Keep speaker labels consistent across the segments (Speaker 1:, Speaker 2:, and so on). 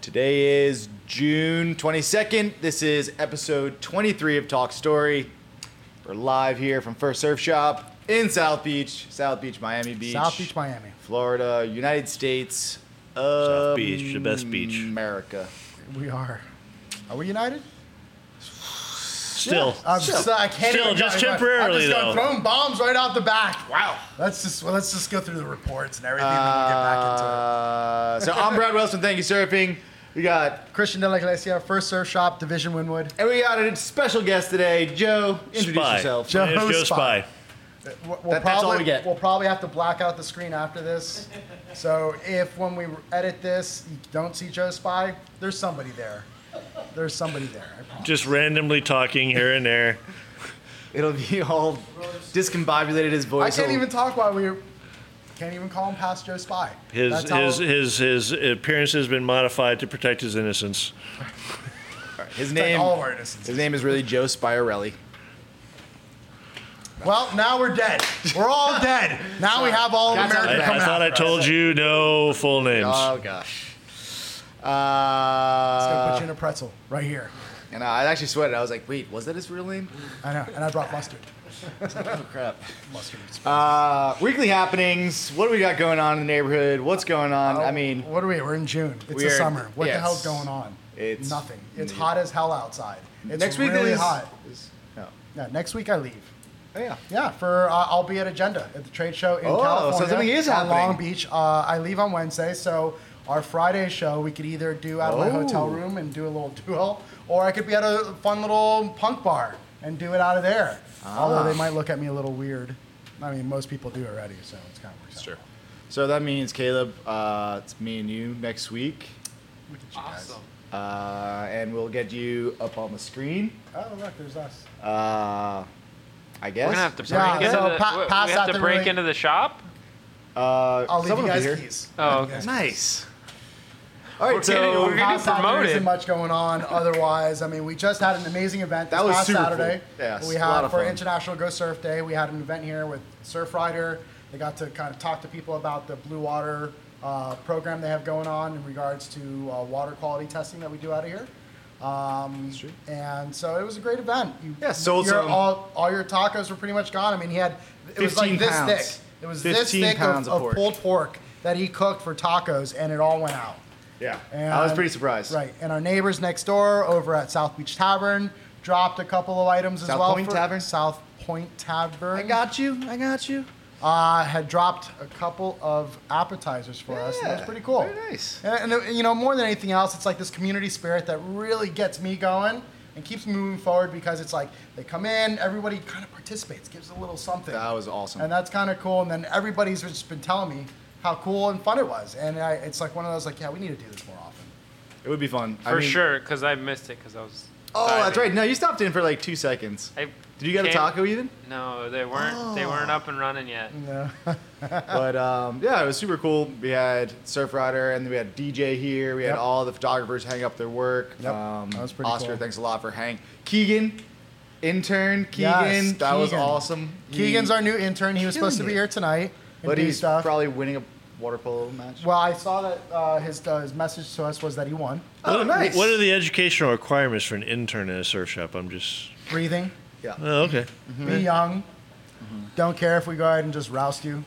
Speaker 1: Today is June 22nd. This is episode 23 of Talk Story. We're live here from First Surf Shop in South Beach, South Beach, Miami Beach,
Speaker 2: South Beach, Miami.
Speaker 1: Florida, United States.
Speaker 3: South Beach, the best beach.
Speaker 1: America.
Speaker 2: We are. Are we united?
Speaker 3: Still,
Speaker 2: I'm
Speaker 1: Still.
Speaker 2: just- Uh, I can't
Speaker 3: Still,
Speaker 2: even-
Speaker 3: just
Speaker 2: I'm going-
Speaker 3: temporarily,
Speaker 2: I'm just going
Speaker 3: though.
Speaker 2: Throwing bombs right out the back.
Speaker 1: Wow.
Speaker 2: Let's just well, let's just go through the reports and everything, and then we get back into
Speaker 1: Uh, so I'm Brad Wilson. Thank you, surfing. We got
Speaker 2: it. Christian De La Iglesia, First Surf Shop, Division Winwood.
Speaker 1: and we got a special guest today, Joe. Introduce
Speaker 3: Spy.
Speaker 1: yourself.
Speaker 2: Joe
Speaker 3: My name is Joe
Speaker 2: Spy.
Speaker 3: Spy.
Speaker 2: We'll,
Speaker 1: That- that's all
Speaker 2: probably,
Speaker 1: we get.
Speaker 2: We'll probably have to black out the screen after this. So if when we edit this, you don't see Joe Spy, there's somebody there. There's somebody there. I promise.
Speaker 3: Just randomly talking here and there.
Speaker 1: It'll be all discombobulated his
Speaker 2: I
Speaker 1: voice.
Speaker 2: can't
Speaker 1: will-
Speaker 2: even talk while we can't even call him past Joe Spy.
Speaker 3: His
Speaker 2: That's how-
Speaker 3: his, his his appearance has been modified to protect his innocence.
Speaker 1: his
Speaker 2: like
Speaker 1: name.
Speaker 2: all of our innocence.
Speaker 1: his name is really Joe Spirelli.
Speaker 2: Well, now we're dead. We're all dead. Now we have all of
Speaker 1: That's
Speaker 2: America
Speaker 3: I,
Speaker 1: Come
Speaker 3: I
Speaker 2: coming
Speaker 3: thought I
Speaker 2: after us.
Speaker 3: told you no full names.
Speaker 2: Uh,
Speaker 1: Oh gosh.
Speaker 2: It's gonna put
Speaker 1: Uh,
Speaker 2: you in a pretzel right here.
Speaker 1: and I actually sweated. I was like, wait, was that his real name?
Speaker 2: I know, and I brought mustard.
Speaker 1: Oh crap.
Speaker 2: Mustard. is-
Speaker 1: Uh, weekly happenings. What do we got going on in the neighborhood? What's going on?
Speaker 2: Oh,
Speaker 1: I mean,
Speaker 2: what are we? We're in June. It's the
Speaker 1: we're-
Speaker 2: summer. What
Speaker 1: yes.
Speaker 2: the hell's going on?
Speaker 1: It's-
Speaker 2: nothing. It's hot as hell outside. It's
Speaker 1: next week
Speaker 2: really
Speaker 1: is
Speaker 2: hot.
Speaker 1: is- no.
Speaker 2: Yeah, next week I leave.
Speaker 1: Oh, yeah.
Speaker 2: Yeah, for uh, I'll be at Agenda at the trade show in
Speaker 1: Oh, so
Speaker 2: California.
Speaker 1: something is
Speaker 2: at
Speaker 1: happening.
Speaker 2: Long Beach. Uh, I leave on Wednesday, so our Friday show we could either do out of my
Speaker 1: Oh.
Speaker 2: hotel room and do a little duo, or I could be at a fun little punk bar and do it out of there.
Speaker 1: Ah.
Speaker 2: Although they might look at me a little weird. I mean, most people do already, so it's kind of works out.
Speaker 3: Sure.
Speaker 1: So that means Caleb, uh, it's me and you next week,
Speaker 2: Look at you guys.
Speaker 1: uh, and we'll get you up on the screen.
Speaker 2: Oh, look, there's us.
Speaker 1: Uh, I guess.
Speaker 4: We're gonna have to break,
Speaker 2: Yeah,
Speaker 4: into,
Speaker 2: so
Speaker 4: the,
Speaker 2: pa-
Speaker 4: we- we
Speaker 2: pass out
Speaker 4: have
Speaker 2: the
Speaker 4: to break
Speaker 2: really-
Speaker 4: into the shop.
Speaker 1: Uh,
Speaker 2: I'll leave
Speaker 1: someone
Speaker 2: you
Speaker 1: will be
Speaker 2: guys
Speaker 1: here.
Speaker 2: keys.
Speaker 4: Oh, okay.
Speaker 1: Nice. All
Speaker 4: We're
Speaker 1: right,
Speaker 4: getting-
Speaker 1: so
Speaker 4: we're getting-
Speaker 2: Past Saturday,
Speaker 4: promoted.
Speaker 2: There isn't much going on otherwise. I mean, we just had an amazing event this
Speaker 1: That was
Speaker 2: past
Speaker 1: super
Speaker 2: Saturday.
Speaker 1: cool. Yes,
Speaker 2: we
Speaker 1: a
Speaker 2: had
Speaker 1: lot of
Speaker 2: for
Speaker 1: fun.
Speaker 2: International Go Surf Day. We had an event here with Surf Rider. They got to kind of talk to people about the Blue Water uh, program they have going on in regards to uh, water quality testing that we do out of here. Um,
Speaker 1: true.
Speaker 2: and so it was a great event. You,
Speaker 1: Yeah, sold
Speaker 2: your-
Speaker 1: some.
Speaker 2: all, all your tacos were pretty much gone. I mean, he had it was
Speaker 1: 15
Speaker 2: like this
Speaker 1: pounds.
Speaker 2: thick. It was this
Speaker 1: 15
Speaker 2: thick
Speaker 1: pounds
Speaker 2: of,
Speaker 1: of
Speaker 2: of
Speaker 1: pork.
Speaker 2: pulled pork that he cooked for tacos, and it all went out.
Speaker 1: yeah,
Speaker 2: And-
Speaker 1: I was pretty surprised.
Speaker 2: Right, and our neighbors next door over at South Beach Tavern dropped a couple of items as
Speaker 1: South
Speaker 2: well.
Speaker 1: Point
Speaker 2: for-
Speaker 1: Tavern?
Speaker 2: South Point Tavern.
Speaker 1: I got you. I got you.
Speaker 2: uh, had dropped a couple of appetizers for us. And it was
Speaker 1: Yeah,
Speaker 2: pretty cool.
Speaker 1: very nice.
Speaker 2: And, and, uh, you know, more than anything else, it's like this community spirit that really gets me going and keeps moving forward because it's like they come in, everybody kind of participates, gives a little something.
Speaker 1: That was awesome.
Speaker 2: And that's kind of cool. And then everybody's just been telling me how cool and fun it was. And I, it's like one of those like, yeah, we need to do this more often.
Speaker 1: It would be fun I
Speaker 4: For
Speaker 1: mean-
Speaker 4: sure, because I missed it because I was.
Speaker 1: Oh, that's right.
Speaker 4: diving.
Speaker 1: No, you stopped in for like two seconds.
Speaker 4: I
Speaker 1: Did you get a
Speaker 4: can't-
Speaker 1: taco Oh. even?
Speaker 4: No, they weren't. They weren't up and running yet.
Speaker 2: Yeah.
Speaker 1: but um, yeah, it was super cool. We had Surf Rider and then we had DJ here. We had
Speaker 2: Yep.
Speaker 1: all the photographers hang up their work.
Speaker 2: Yep.
Speaker 1: Um,
Speaker 2: That was pretty
Speaker 1: Oscar,
Speaker 2: cool.
Speaker 1: thanks a lot for hang. Keegan, intern Keegan,
Speaker 2: Yes,
Speaker 1: that was
Speaker 2: Keegan.
Speaker 1: awesome. He-
Speaker 2: Keegan's our new intern. He was supposed to
Speaker 1: Killing
Speaker 2: be
Speaker 1: it.
Speaker 2: here tonight and
Speaker 1: but
Speaker 2: do
Speaker 1: he's
Speaker 2: stuff.
Speaker 1: probably winning a water polo match.
Speaker 2: well, I saw that uh, his uh, his message to us was that he won
Speaker 1: oh,
Speaker 3: what,
Speaker 1: nice.
Speaker 3: What are the educational requirements for an intern in a surf shop? I'm just.
Speaker 2: breathing.
Speaker 1: yeah.
Speaker 3: Oh, okay.
Speaker 1: Mm-hmm.
Speaker 2: Be young. Don't care if we go ahead and just roust you.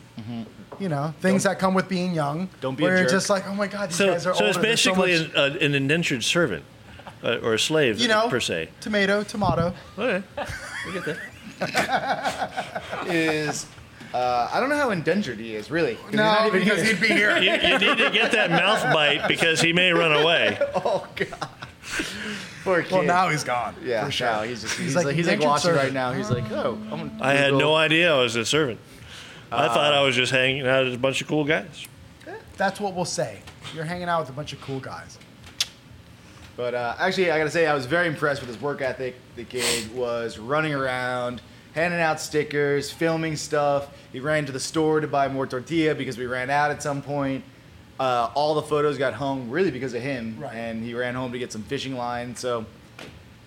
Speaker 2: You know things that come with being young.
Speaker 1: Mm-hmm. Don't be a
Speaker 2: where you're
Speaker 1: jerk.
Speaker 2: just like, oh my god, these
Speaker 3: So,
Speaker 2: guys are
Speaker 3: so it's
Speaker 2: older. There's so
Speaker 3: basically
Speaker 2: much-
Speaker 3: an, uh, an indentured servant uh, or a slave,
Speaker 2: you know
Speaker 3: per se.
Speaker 2: Tomato, tomato.
Speaker 3: Okay. We get that.
Speaker 1: Is uh, I don't know how indentured he is really. 'cause he's not even
Speaker 2: because
Speaker 1: here.
Speaker 2: he'd be here.
Speaker 3: You, you need to get that mouth bite because he may run away.
Speaker 1: oh god. Poor kid.
Speaker 2: well, now he's gone.
Speaker 1: yeah,
Speaker 2: for sure.
Speaker 1: now he's just he's,
Speaker 2: like,
Speaker 1: like, he's like
Speaker 2: indentured
Speaker 1: watching
Speaker 2: servant.
Speaker 1: right now. He's like, oh, I'm gonna
Speaker 3: I had
Speaker 1: Google-
Speaker 3: no idea I was a servant. I thought I was just hanging out with a bunch of cool guys.
Speaker 2: That's what we'll say. You're hanging out with a bunch of cool guys.
Speaker 1: But uh, actually, I gotta say, I was very impressed with his work ethic. The kid was running around, handing out stickers, filming stuff. He ran to the store to buy more tortilla because we ran out at some point. Uh, all the photos got hung really because of him,
Speaker 2: Right.
Speaker 1: and he ran home to get some fishing line. So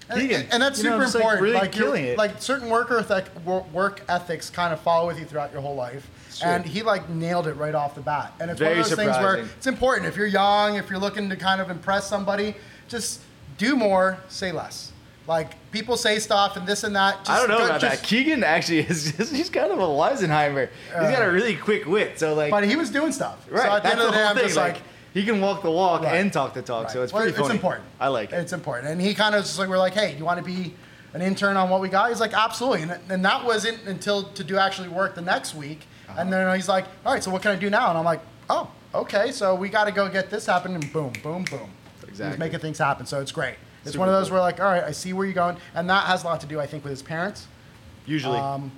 Speaker 2: And,
Speaker 1: Keegan,
Speaker 2: and that's
Speaker 1: you know,
Speaker 2: super
Speaker 1: just, like,
Speaker 2: important.
Speaker 1: really
Speaker 2: like, you're-
Speaker 1: killing it.
Speaker 2: like certain work ethic, wor- work ethics kind of follow with you throughout your whole life.
Speaker 1: Sure.
Speaker 2: And he like nailed it right off the bat. And it's one
Speaker 1: Very
Speaker 2: of those things where
Speaker 1: surprising.
Speaker 2: it's important. If you're young, if you're looking to kind of impress somebody, just do more, say less. Like people say stuff and this and that. Just,
Speaker 1: I don't know about
Speaker 2: just-
Speaker 1: that. Keegan actually is just, he's kind of a Leisenheimer. he's
Speaker 2: Uh,
Speaker 1: got a really quick wit. So like,
Speaker 2: But he was doing stuff.
Speaker 1: right,
Speaker 2: So at the
Speaker 1: that's
Speaker 2: end of the
Speaker 1: the
Speaker 2: day,
Speaker 1: whole
Speaker 2: I'm
Speaker 1: thing.
Speaker 2: just
Speaker 1: Like,
Speaker 2: like
Speaker 1: he can walk the walk
Speaker 2: Right.
Speaker 1: and talk the talk. So it's
Speaker 2: Well,
Speaker 1: pretty funny.
Speaker 2: It's important.
Speaker 1: I like it.
Speaker 2: It's important. And he kind of was just like, we're like, hey, you want to be an intern on what we got? He's like, absolutely. And, and that wasn't until to do actually work the next week.
Speaker 1: Uh-huh.
Speaker 2: And then he's like, all right, so what can I do now? And I'm like, oh, okay. So we got to go get this happening. Boom, boom, boom.
Speaker 1: Exactly.
Speaker 2: He's making things happen. So it's great. It's
Speaker 1: Super
Speaker 2: one of those
Speaker 1: cool.
Speaker 2: where like, all right, I see where you're going. And that has a lot to do, I think, with his parents.
Speaker 1: Usually,
Speaker 2: Um,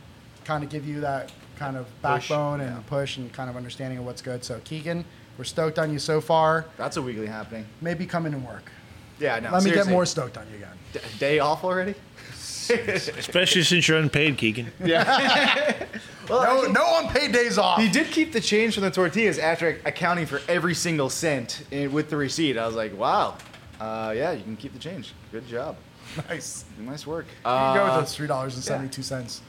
Speaker 2: kind of give you that kind of
Speaker 1: Push,
Speaker 2: backbone and push and kind of understanding of what's good. So Keegan, we're stoked on you so far.
Speaker 1: that's a weekly happening.
Speaker 2: Maybe come in and work.
Speaker 1: Yeah, no.
Speaker 2: Let me get
Speaker 1: seriously.
Speaker 2: more stoked on you again.
Speaker 1: D- day off already.
Speaker 3: Especially since you're unpaid, Keegan.
Speaker 1: Well,
Speaker 2: No,
Speaker 1: actually,
Speaker 2: no unpaid days off.
Speaker 1: He did keep the change from the tortillas after accounting for every single cent in, with the receipt. I was like, wow. Uh, yeah, you can keep the change. Good job.
Speaker 2: Nice.
Speaker 1: Nice work.
Speaker 2: You can go with
Speaker 1: Uh,
Speaker 2: those three dollars and seventy-two cents.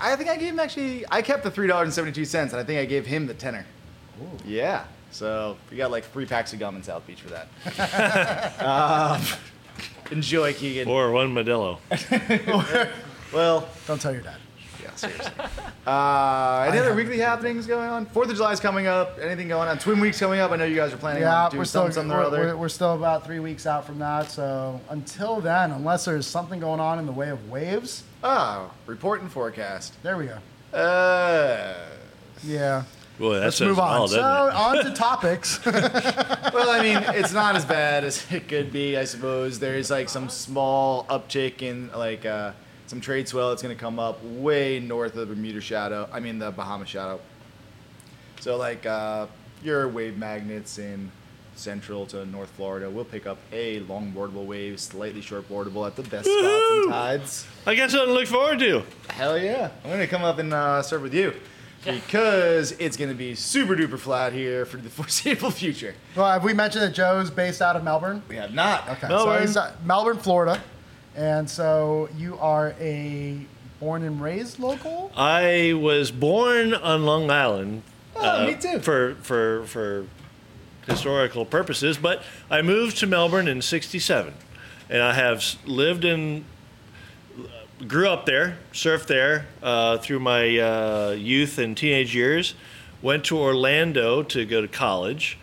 Speaker 1: I think I gave him actually. I kept the three dollars and seventy two cents, and I think I gave him the tenner. Yeah. So we got like three packs of gum in South Beach for that. Um, enjoy, Keegan.
Speaker 3: Or one Modelo.
Speaker 1: Well,
Speaker 2: Don't tell your dad.
Speaker 1: yeah, seriously. Uh, any other
Speaker 2: have-
Speaker 1: weekly happenings going on? Fourth of July is coming up. Anything going on? Twin Weeks coming up. I know you guys are planning
Speaker 2: Yeah,
Speaker 1: on doing
Speaker 2: we're
Speaker 1: something,
Speaker 2: still
Speaker 1: something or
Speaker 2: we're,
Speaker 1: other.
Speaker 2: we're, we're still about three weeks out from that. So until then, unless there's something going on in the way of waves,
Speaker 1: Oh, report and forecast.
Speaker 2: there we go.
Speaker 1: Uh,
Speaker 2: Yeah.
Speaker 3: Boy, that
Speaker 2: Let's
Speaker 3: sounds
Speaker 2: move on.
Speaker 3: wild,
Speaker 2: So
Speaker 3: doesn't it?
Speaker 2: on to topics.
Speaker 1: well, I mean, it's not as bad as it could be, I suppose. There's like some small uptick in like uh, some trade swell that's going to come up way north of the Bermuda Shadow. I mean, the Bahama Shadow. So like uh, your wave magnets in central to north Florida will pick up a long boardable wave, slightly short boardable at the best spots
Speaker 3: Woohoo!
Speaker 1: and tides.
Speaker 3: I got something to look forward to.
Speaker 1: Hell yeah. I'm going to come up and uh, serve with you. Because it's going to be super duper flat here for the foreseeable future.
Speaker 2: well, have we mentioned that Joe's based out of Melbourne?
Speaker 1: We have not.
Speaker 2: Okay. So
Speaker 3: Melbourne.
Speaker 2: he's, uh, Melbourne, Florida, and so you are a born and raised local.
Speaker 3: I was born on Long Island. uh,
Speaker 1: Oh, me too.
Speaker 3: For for for historical purposes, but I moved to Melbourne in '67, and I have s- lived in, grew up there, surfed there uh, through my uh, youth and teenage years. Went to Orlando to go to college,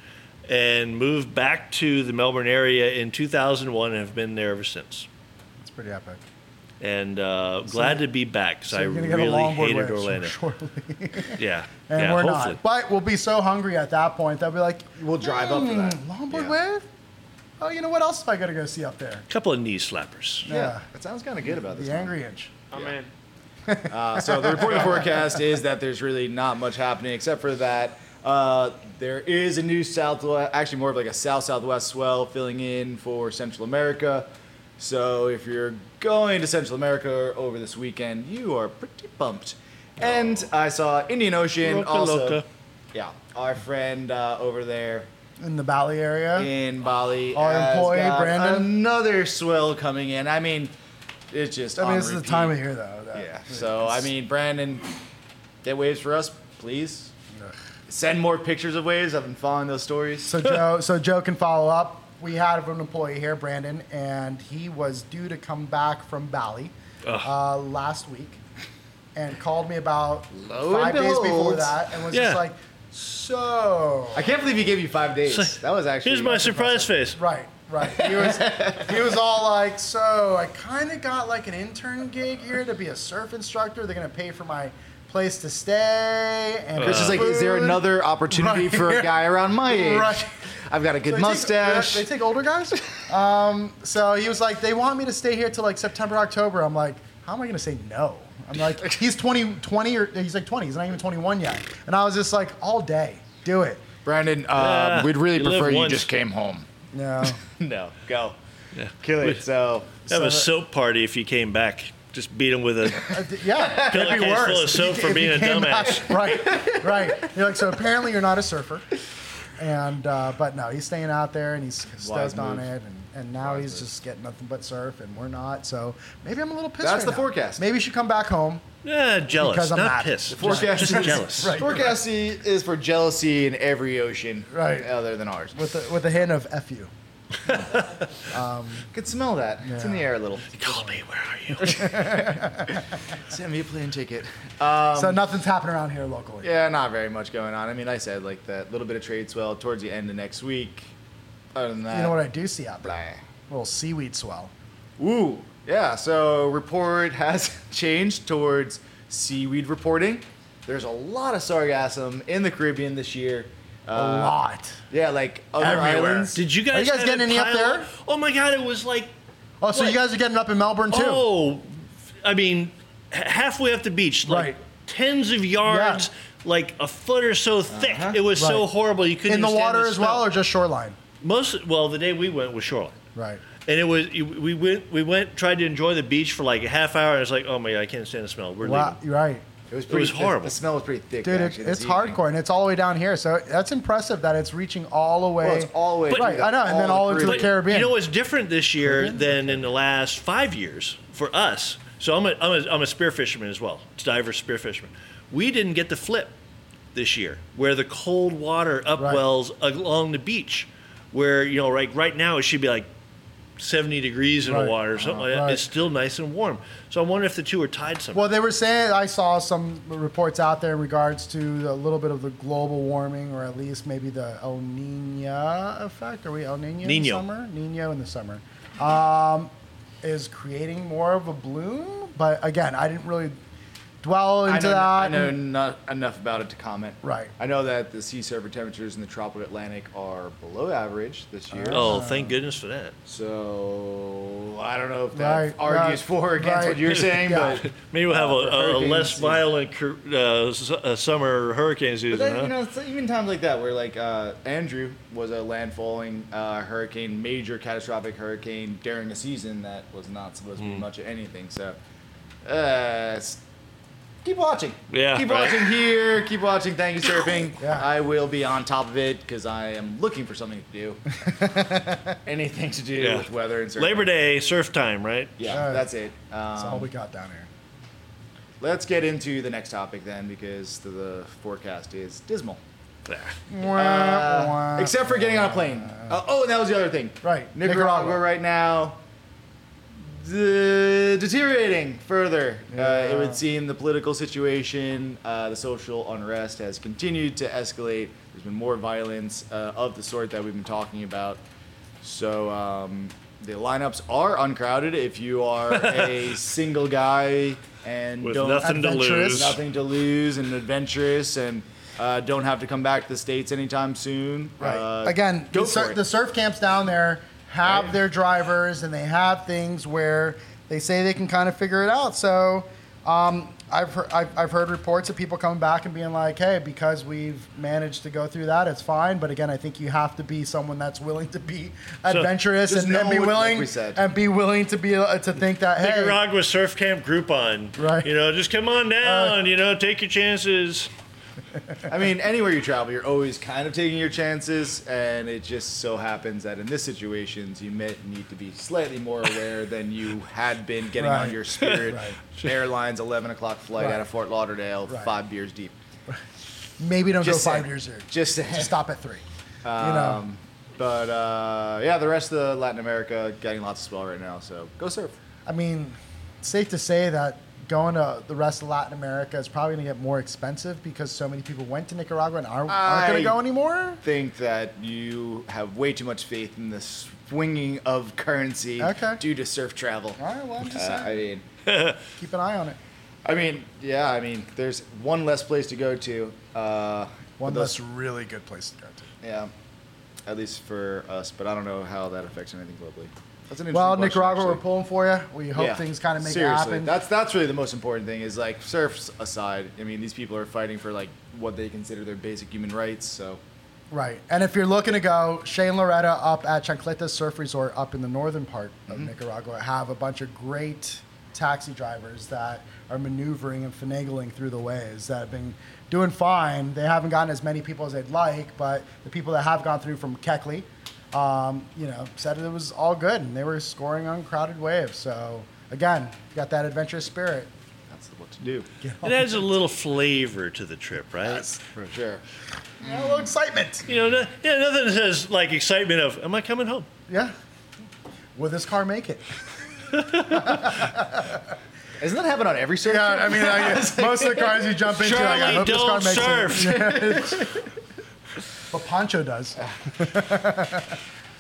Speaker 3: and moved back to the Melbourne area in 2001, and have been there ever since.
Speaker 2: It's pretty epic.
Speaker 3: And uh, glad to be back because I
Speaker 2: You're gonna get a
Speaker 3: really
Speaker 2: longboard
Speaker 3: hated
Speaker 2: wave
Speaker 3: Orlando.
Speaker 2: shortly,
Speaker 3: Yeah.
Speaker 2: and
Speaker 3: yeah,
Speaker 2: we're
Speaker 3: hopefully.
Speaker 2: not. But we'll be so hungry at that point. They'll be like,
Speaker 1: We'll drive up for that.
Speaker 2: "Hmm, Longboard
Speaker 1: Yeah.
Speaker 2: wave? Oh, you know what else am I gonna go see up there?
Speaker 3: couple of knee slappers.
Speaker 1: Yeah,
Speaker 2: Yeah.
Speaker 1: that sounds kind of good about this.
Speaker 2: The
Speaker 1: one.
Speaker 2: Angry Inch.
Speaker 4: I'm
Speaker 1: Yeah.
Speaker 4: in.
Speaker 1: Uh, so the reporting forecast is that there's really not much happening except for that. Uh, there is a new southwest, actually more of like a south southwest swell filling in for Central America. So if you're going to Central America over this weekend, you are pretty pumped.
Speaker 2: Oh.
Speaker 1: And I saw Indian Ocean
Speaker 3: Loca,
Speaker 1: also.
Speaker 3: loca.
Speaker 1: Yeah, our friend uh, over there
Speaker 2: In the Bali area.
Speaker 1: in Bali.
Speaker 2: Our
Speaker 1: has
Speaker 2: employee,
Speaker 1: got
Speaker 2: Brandon.
Speaker 1: Another swell coming in. I mean, it's just.
Speaker 2: I mean,
Speaker 1: on
Speaker 2: this is the
Speaker 1: repeat.
Speaker 2: time of year though. that-
Speaker 1: Yeah. So I mean, Brandon, get waves for us, please.
Speaker 2: Ugh.
Speaker 1: Send more pictures of waves. I've been following those stories.
Speaker 2: So Joe, so Joe can follow up. We had an employee here, Brandon, and he was due to come back from Bali
Speaker 3: Ugh.
Speaker 2: uh, last week, and called me about
Speaker 1: Lo
Speaker 2: five
Speaker 1: and
Speaker 2: days before
Speaker 1: behold.
Speaker 2: that, and was
Speaker 3: Yeah.
Speaker 2: just like, "So,
Speaker 1: I can't believe he gave you five days.
Speaker 3: So-
Speaker 1: that was actually.
Speaker 3: Here's my surprise face.
Speaker 2: right, right." He was, he was all like, "So, I kind of got like an intern gig here to be a surf instructor. They're gonna pay for my place to stay." And
Speaker 1: Chris is like, is there
Speaker 2: food."
Speaker 1: another opportunity
Speaker 2: Right.
Speaker 1: for a guy around my age?
Speaker 2: Right.
Speaker 1: I've got a good
Speaker 2: They take-
Speaker 1: mustache.
Speaker 2: they take older guys. Um, so he was like, they want me to stay here till like September, October. I'm like, how am I gonna say no? I'm like, he's 20, 20 or he's like 20. He's not even 21 yet. And I was just like, all day, do it.
Speaker 1: Brandon, uh,
Speaker 3: Ah,
Speaker 1: we'd really
Speaker 3: you live
Speaker 1: prefer you
Speaker 3: once.
Speaker 1: just came home.
Speaker 2: No,
Speaker 1: No, go,
Speaker 3: Yeah.
Speaker 1: kill it. So.
Speaker 3: Have a soap party if you came back. Just beat him with a
Speaker 2: I d- yeah, it'd be
Speaker 3: pillowcase
Speaker 2: worse.
Speaker 3: full of soap
Speaker 2: If
Speaker 3: for
Speaker 2: you
Speaker 3: being a
Speaker 2: came
Speaker 3: dumbass.
Speaker 2: back- right, right. You're like, so apparently you're not a surfer. And uh, but no, he's staying out there and he's
Speaker 1: Wise
Speaker 2: stoked on
Speaker 1: move.
Speaker 2: it, and, and now
Speaker 1: Wise
Speaker 2: he's
Speaker 1: move.
Speaker 2: just getting nothing but surf, and we're not. So maybe I'm a little pissed.
Speaker 1: That's
Speaker 2: right
Speaker 1: the
Speaker 2: now.
Speaker 1: forecast.
Speaker 2: Maybe you should come back home.
Speaker 3: Yeah, jealous,
Speaker 2: Because I'm
Speaker 3: not
Speaker 2: mad.
Speaker 3: pissed.
Speaker 1: Forecast
Speaker 3: just,
Speaker 1: is
Speaker 3: just jealous.
Speaker 2: Right.
Speaker 1: Forecast is for jealousy in every ocean,
Speaker 2: Right.
Speaker 1: Other than ours,
Speaker 2: with a, with a hint of f you.
Speaker 1: could smell that. It's in the
Speaker 2: Yeah.
Speaker 1: air a little.
Speaker 3: Call me. Where are you?
Speaker 1: Send me a plane ticket.
Speaker 2: so nothing's happening around here locally.
Speaker 1: Um, Yeah, not very much going on. I mean, I said like that little bit of trade swell towards the end of next week. Other than that,
Speaker 2: You know what I do see out there?
Speaker 1: blah.
Speaker 2: A little seaweed swell.
Speaker 1: Ooh, yeah. So report has changed towards seaweed reporting. There's a lot of sargassum in the Caribbean this year. Uh,
Speaker 2: A lot.
Speaker 1: Yeah, like other
Speaker 2: Everywhere.
Speaker 1: islands.
Speaker 3: Did you guys?
Speaker 2: Are you guys
Speaker 3: have
Speaker 2: getting
Speaker 3: a
Speaker 2: any up
Speaker 3: pile-
Speaker 2: there?
Speaker 3: Oh my God! It was like
Speaker 2: Oh, so
Speaker 3: What?
Speaker 2: you guys are getting up in Melbourne too?
Speaker 3: oh, I mean, h- halfway up the beach, like
Speaker 2: Right.
Speaker 3: tens of yards, like a foot or so thick. It was so
Speaker 2: Uh-huh. Right.
Speaker 3: horrible you couldn't
Speaker 2: in the
Speaker 3: even stand
Speaker 2: water as well,
Speaker 3: smell.
Speaker 2: or just shoreline?
Speaker 3: Most well, the day we went was shoreline.
Speaker 2: Right.
Speaker 3: And it was you- we went we went tried to enjoy the beach for like a half hour and it's like oh my god I can't stand the smell we're
Speaker 2: Wow.
Speaker 3: leaving
Speaker 2: You're right.
Speaker 1: It was
Speaker 3: It
Speaker 1: pretty.
Speaker 3: was horrible.
Speaker 1: The, the smell was pretty thick.
Speaker 2: Dude, it,
Speaker 1: actually, this
Speaker 2: it's
Speaker 1: evening.
Speaker 2: hardcore, and it's all the way down here. So that's impressive that it's reaching all the way.
Speaker 1: Well, it's all the way.
Speaker 3: But-
Speaker 1: through
Speaker 2: Right,
Speaker 1: the-
Speaker 2: I know, and then all into the
Speaker 1: Caribbean.
Speaker 2: Caribbean.
Speaker 3: You know what's different this year than in the last five years for us? So I'm a, I'm a, I'm a spear fisherman as well, diver spear fisherman. We didn't get the flip this year where the cold water upwells along the beach, where, you know, like right now it should be like 70 degrees in
Speaker 2: Right.
Speaker 3: the water or something
Speaker 2: Uh,
Speaker 3: like that.
Speaker 2: right.
Speaker 3: It's still nice and warm. So I wonder if the two are tied somehow.
Speaker 2: well, they were saying I saw some reports out there in regards to a little bit of the global warming, or at least maybe the El Nino effect. Are we El Nino in the
Speaker 3: Niño.
Speaker 2: summer? Nino in the summer um, is creating more of a bloom. But again, I didn't really dwell
Speaker 1: I
Speaker 2: into
Speaker 1: know,
Speaker 2: that.
Speaker 1: I know
Speaker 2: and-
Speaker 1: not enough about it to comment.
Speaker 2: Right.
Speaker 1: I know that the sea surface temperatures in the tropical Atlantic are below average this year.
Speaker 3: oh, thank goodness for that.
Speaker 1: So I don't know if that
Speaker 2: Right,
Speaker 1: argues
Speaker 2: right,
Speaker 1: for or against what
Speaker 2: right.
Speaker 1: you're saying,
Speaker 2: Yeah.
Speaker 1: but
Speaker 3: Maybe we'll have
Speaker 1: Uh, for
Speaker 3: a, a
Speaker 1: hurricane
Speaker 3: less
Speaker 1: season.
Speaker 3: violent cur- uh, s- uh, summer hurricane season.
Speaker 1: But then,
Speaker 3: huh?
Speaker 1: you know, it's even times like that where like uh, Andrew was a landfalling uh, hurricane, major catastrophic hurricane during a season that was not supposed
Speaker 3: Hmm.
Speaker 1: to be much of anything. So, uh, s- keep watching.
Speaker 3: Yeah,
Speaker 1: Keep
Speaker 3: right.
Speaker 1: watching here. Keep watching. Thank you, surfing.
Speaker 2: Yeah.
Speaker 1: I will be on top of it because I am looking for something to do. anything to do
Speaker 3: Yeah.
Speaker 1: with weather and surfing.
Speaker 3: Labor Day surf time, right?
Speaker 1: Yeah,
Speaker 2: Yeah.
Speaker 1: that's it.
Speaker 2: That's all
Speaker 1: Um,
Speaker 2: we got down here.
Speaker 1: let's get into the next topic then because the, the forecast is dismal.
Speaker 2: Wah, wah.
Speaker 1: Uh, except for getting on a plane. Uh, oh, and that was the other thing.
Speaker 2: Right,
Speaker 1: Nicaragua,
Speaker 2: Nicaragua.
Speaker 1: right now de- deteriorating further. Uh, it
Speaker 2: Yeah.
Speaker 1: would seem the political situation, uh, the social unrest has continued to escalate. There's been more violence uh, of the sort that we've been talking about. So um, the lineups are uncrowded if you are a single guy and
Speaker 3: With
Speaker 1: don't
Speaker 3: nothing to
Speaker 2: adventurous.
Speaker 3: lose.
Speaker 1: nothing to lose and adventurous and uh, don't have to come back to the states anytime soon.
Speaker 2: Right.
Speaker 1: Uh,
Speaker 2: Again,
Speaker 1: go
Speaker 2: the, sur-
Speaker 1: for it.
Speaker 2: the surf camps down there have
Speaker 1: Right.
Speaker 2: their drivers and they have things where they say they can kind of figure it out. So um, I've, heard, I've, I've heard reports of people coming back and being like, hey, because we've managed to go through that, it's fine. But again, I think you have to be someone that's willing to be adventurous
Speaker 1: Just
Speaker 2: and, and
Speaker 1: know
Speaker 2: be
Speaker 1: what- like
Speaker 2: willing
Speaker 1: we said.
Speaker 2: and be willing to be uh, to think that, hey,
Speaker 3: Nicaragua Surf Camp Groupon.
Speaker 2: Right.
Speaker 3: You know, just come on down. you know, take your chances.
Speaker 1: I mean, anywhere you travel, you're always kind of taking your chances, and it just so happens that in this situations, you may need to be slightly more aware than you had been getting on
Speaker 2: Right.
Speaker 1: your Spirit
Speaker 2: Right.
Speaker 1: Airlines 11 o'clock flight
Speaker 2: Right.
Speaker 1: out of Fort Lauderdale,
Speaker 2: Right.
Speaker 1: five beers deep.
Speaker 2: maybe don't go
Speaker 1: Just
Speaker 2: five
Speaker 1: saying.
Speaker 2: years here. Just,
Speaker 1: Just saying.
Speaker 2: stop at three. you know,
Speaker 1: Um, but uh, yeah, the rest of Latin America getting lots of swell right now, so go surf.
Speaker 2: I mean, it's safe to say that going to the rest of Latin America is probably going to get more expensive because so many people went to Nicaragua and aren't, aren't
Speaker 1: I-
Speaker 2: going to go anymore.
Speaker 1: think that you have way too much faith in the swinging of currency
Speaker 2: Okay.
Speaker 1: due to surf travel.
Speaker 2: All right, well, I'm just
Speaker 1: Uh,
Speaker 2: saying.
Speaker 1: I mean,
Speaker 2: Keep an eye on it.
Speaker 1: I mean, yeah, I mean, there's one less place to go to. Uh,
Speaker 2: One
Speaker 1: but those-
Speaker 2: less really good place to go to.
Speaker 1: Yeah, at least for us, but I don't know how that affects anything globally. That's an interesting
Speaker 2: Well,
Speaker 1: question,
Speaker 2: Nicaragua, we're
Speaker 1: actually.
Speaker 2: pulling for you. We hope
Speaker 1: Yeah.
Speaker 2: things kind of make
Speaker 1: Seriously,
Speaker 2: it happen.
Speaker 1: That's that's really the most important thing is like surfs aside. I mean, these people are fighting for like what they consider their basic human rights. So
Speaker 2: right. And if you're looking to go, Shane Loretta Mm-hmm. up at Chancleta Surf Resort up in the northern part of Nicaragua have a bunch of great taxi drivers that are maneuvering and finagling through the ways that have been doing fine. They haven't gotten as many people as they'd like, but the people that have gone through from Keckley, um, you know, said it was all good and they were scoring on crowded waves. So again, you got that adventurous spirit.
Speaker 1: That's what to do.
Speaker 3: It adds a little flavor to the trip, right?
Speaker 1: For sure.
Speaker 2: Yeah, a little excitement.
Speaker 3: You know, no, yeah, nothing says like excitement of, am I coming home?
Speaker 2: Yeah. Will this car make it?
Speaker 1: Doesn't that happen on every surf?
Speaker 2: Yeah,
Speaker 1: trip?
Speaker 2: I mean, like, most of the cars you jump into, like, I
Speaker 3: Charlie,
Speaker 2: hope this car
Speaker 3: don't
Speaker 2: makes it.
Speaker 3: surf.
Speaker 2: But Pancho does.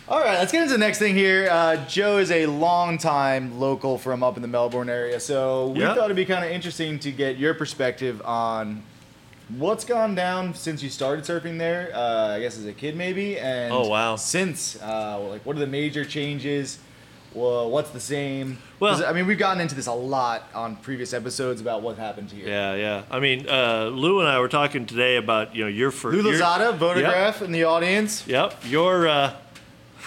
Speaker 1: All right, let's get into the next thing here. Uh, Joe is a longtime local from up in the Melbourne area, so we
Speaker 3: Yeah.
Speaker 1: thought it'd be kind of interesting to get your perspective on what's gone down since you started surfing there. Uh, I guess as a kid, maybe, and
Speaker 3: Oh, wow.
Speaker 1: since uh, like what are the major changes? Well, what's the same?
Speaker 3: Well-
Speaker 1: 'Cause, I mean, we've gotten into this a lot on previous episodes about what happened here.
Speaker 3: Yeah, yeah. I mean, uh, Lou and I were talking today about you know your first.
Speaker 1: Lou Lozada, photograph in the audience.
Speaker 3: Yep, your. Uh,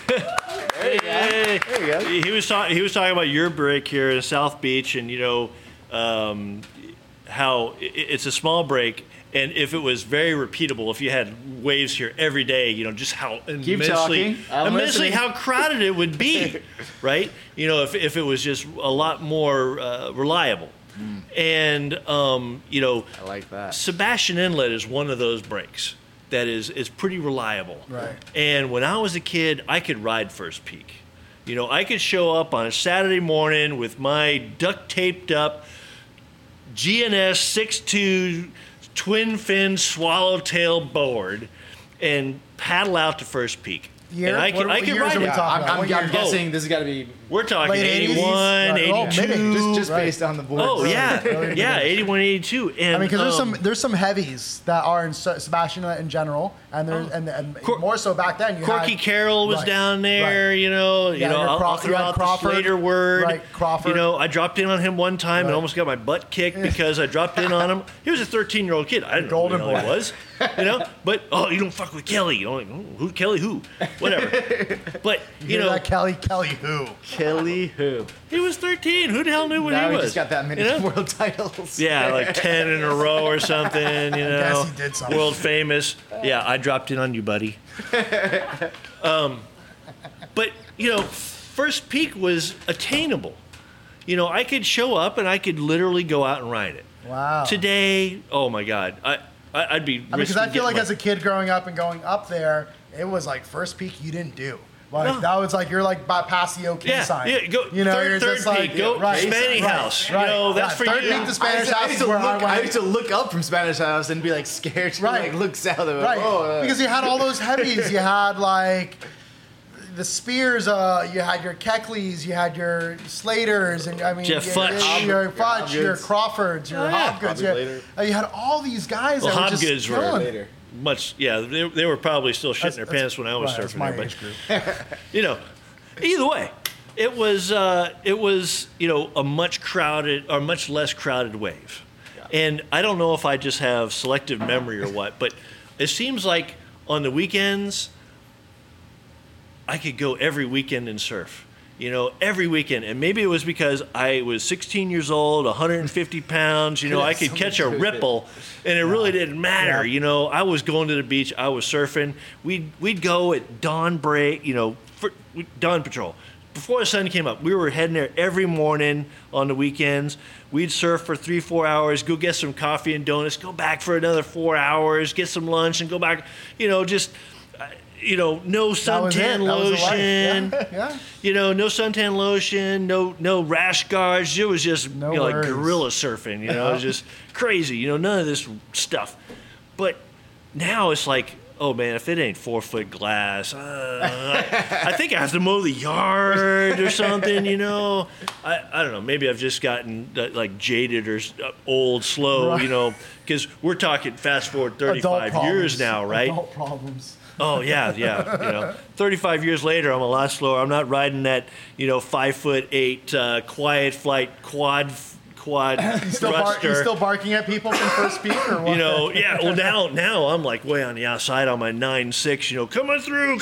Speaker 3: Hey.
Speaker 1: There you go.
Speaker 3: he he was talking. He was talking about your break here in South Beach, and you know um, how i- i- it's a small break, and if it was very repeatable, if you had waves here every day, you know just how immensely,
Speaker 1: talking. I'm
Speaker 3: immensely
Speaker 1: listening.
Speaker 3: how crowded it would be, right? You know, if if it was just a lot more uh, reliable,
Speaker 1: Mm.
Speaker 3: and um, you know,
Speaker 1: I like that.
Speaker 3: Sebastian Inlet is one of those breaks that is is pretty reliable.
Speaker 2: Right.
Speaker 3: And when I was a kid, I could ride First Peak. You know, I could show up on a Saturday morning with my duct taped up GNS 62 twin fin swallowtail board and paddle out to First Peak.
Speaker 2: Year?
Speaker 3: And I could,
Speaker 2: What-
Speaker 3: I
Speaker 2: what
Speaker 3: could
Speaker 2: years
Speaker 3: ride
Speaker 2: are we
Speaker 3: it.
Speaker 1: Yeah, I'm,
Speaker 2: about?
Speaker 1: I'm,
Speaker 2: What
Speaker 1: I'm
Speaker 2: year?
Speaker 3: Oh.
Speaker 1: guessing this has got to be
Speaker 3: We're talking
Speaker 2: Late 80s?
Speaker 3: 81,
Speaker 2: Right, oh,
Speaker 3: 82.
Speaker 2: maybe.
Speaker 1: just, just
Speaker 2: Right.
Speaker 1: based on the board.
Speaker 3: Oh, yeah.
Speaker 2: Early
Speaker 3: yeah,
Speaker 2: 80s.
Speaker 3: 81, 82. And,
Speaker 2: I mean, because there's
Speaker 3: um,
Speaker 2: some there's some heavies that are in Se- Sebastian in general, and
Speaker 3: Oh.
Speaker 2: there's and, and
Speaker 3: Cor-
Speaker 2: more so back then. You
Speaker 3: Corky
Speaker 2: had,
Speaker 3: Carroll was
Speaker 2: Right,
Speaker 3: down there,
Speaker 2: right.
Speaker 3: you know,
Speaker 2: Yeah,
Speaker 3: you know,
Speaker 2: and
Speaker 3: I'll, I'll
Speaker 2: Crawford-
Speaker 3: throw
Speaker 2: you had
Speaker 3: out
Speaker 2: Crawford,
Speaker 3: the Slater word.
Speaker 2: right, Crawford.
Speaker 3: You know, I dropped in on him one time
Speaker 2: Right.
Speaker 3: and almost got my butt kicked because I dropped in on him. He was a 13 year old kid. I didn't
Speaker 2: Golden
Speaker 3: know who the hell he
Speaker 2: boy.
Speaker 3: was, you know, but oh, you don't fuck with Kelly. You're like, "Oh, who Kelly who? Whatever. But
Speaker 2: You,
Speaker 3: you,
Speaker 2: hear
Speaker 3: know,
Speaker 2: that Kelly Kelly who?
Speaker 1: Kelly who?
Speaker 3: he was 13. Who the hell knew what
Speaker 1: now he
Speaker 3: he was?
Speaker 1: just got that many
Speaker 3: you know?
Speaker 1: world titles.
Speaker 3: Yeah, like ten in a row or something. You know,
Speaker 2: guess he did something.
Speaker 3: world famous. Yeah, I dropped in on you, buddy. um, but you know, first peak was attainable. You know, I could show up and I could literally go out and ride it.
Speaker 2: Wow.
Speaker 3: Today, oh my God, I, I I'd be.
Speaker 2: I mean, because I feel like as a kid growing up and going up there, it was like first peak you didn't do. Like
Speaker 3: No.
Speaker 2: that was like you're like by past the OK
Speaker 3: yeah,
Speaker 2: sign.
Speaker 3: yeah, go
Speaker 2: You know,
Speaker 3: third,
Speaker 2: you're
Speaker 3: third
Speaker 2: just
Speaker 3: peak,
Speaker 2: like
Speaker 3: go
Speaker 2: right,
Speaker 3: Smitty
Speaker 2: right,
Speaker 3: House.
Speaker 2: right.
Speaker 3: you know, that's
Speaker 2: Yeah,
Speaker 3: for
Speaker 2: third
Speaker 3: you.
Speaker 2: peak to
Speaker 1: I
Speaker 2: Spanish
Speaker 1: used, to, I
Speaker 2: House
Speaker 1: used
Speaker 2: is
Speaker 1: to
Speaker 2: where
Speaker 1: look,
Speaker 2: I
Speaker 1: I
Speaker 2: went.
Speaker 1: used to look up from Spanish House and be like scared to
Speaker 2: Right.
Speaker 1: like look south of it.
Speaker 2: Right.
Speaker 1: Oh, uh,
Speaker 2: because you had all those heavies. You had like the Spears, uh, you had your Keckleys, you had your Slaters, and I mean,
Speaker 3: Jeff
Speaker 2: your,
Speaker 3: Futch.
Speaker 2: your,
Speaker 1: Your
Speaker 2: Futch, your
Speaker 1: Hobgoods.
Speaker 2: Crawfords, your
Speaker 3: Oh, yeah.
Speaker 2: Hobgoods.
Speaker 1: Hobby
Speaker 2: You
Speaker 1: later.
Speaker 2: had, uh, you had all these guys
Speaker 3: Well,
Speaker 2: that were just
Speaker 3: Hobgoods were
Speaker 2: killing it.
Speaker 1: later.
Speaker 3: much yeah they, they were probably still
Speaker 2: That's-
Speaker 3: shitting their
Speaker 2: that's-
Speaker 3: pants when i was
Speaker 2: right, that's
Speaker 3: surfing
Speaker 2: my
Speaker 3: there but
Speaker 2: age group.
Speaker 3: you know either way it was uh, it was you know a much crowded or much less crowded wave and i don't know if i just have selective memory or what but it seems like on the weekends I could go every weekend and surf. You know, every weekend, and maybe it was because I was 16 years old, 150 pounds. You know, I could catch a ripple, and it really didn't matter.
Speaker 2: Yeah.
Speaker 3: You know, I was going to the beach, I was surfing. We'd we'd go at dawn break. You know, for, we- dawn patrol. Before the sun came up, we were heading there every morning on the weekends. We'd surf for three, four hours, go get some coffee and donuts, go back for another four hours, get some lunch, and go back. You know, just uh, you know, no
Speaker 2: That was it.
Speaker 3: suntan
Speaker 2: That was the life.
Speaker 3: lotion.
Speaker 2: Yeah. yeah.
Speaker 3: You know, no suntan lotion, no no rash guards. It was just
Speaker 2: No
Speaker 3: you know, like
Speaker 2: worries.
Speaker 3: gorilla surfing. You know, it was just crazy. You know, none of this stuff. But now it's like, oh man, if it ain't four foot glass, uh, I, I think I have to mow the yard or something. You know, I, I don't know. Maybe I've just gotten uh, like jaded or s- uh, old, slow. You
Speaker 2: Right.
Speaker 3: know, because we're talking fast forward thirty
Speaker 2: Adult
Speaker 3: five
Speaker 2: problems.
Speaker 3: years now, right?
Speaker 2: Adult problems.
Speaker 3: Oh yeah, yeah. You know, 35 years later, I'm a lot slower. I'm not riding that, you know, five foot eight uh, quiet flight quad quad
Speaker 2: You still, bar- you
Speaker 3: thruster.
Speaker 2: still barking at people from first peak or what?
Speaker 3: you know, yeah. Well, now now I'm like way on the outside on my nine six. You know, coming through.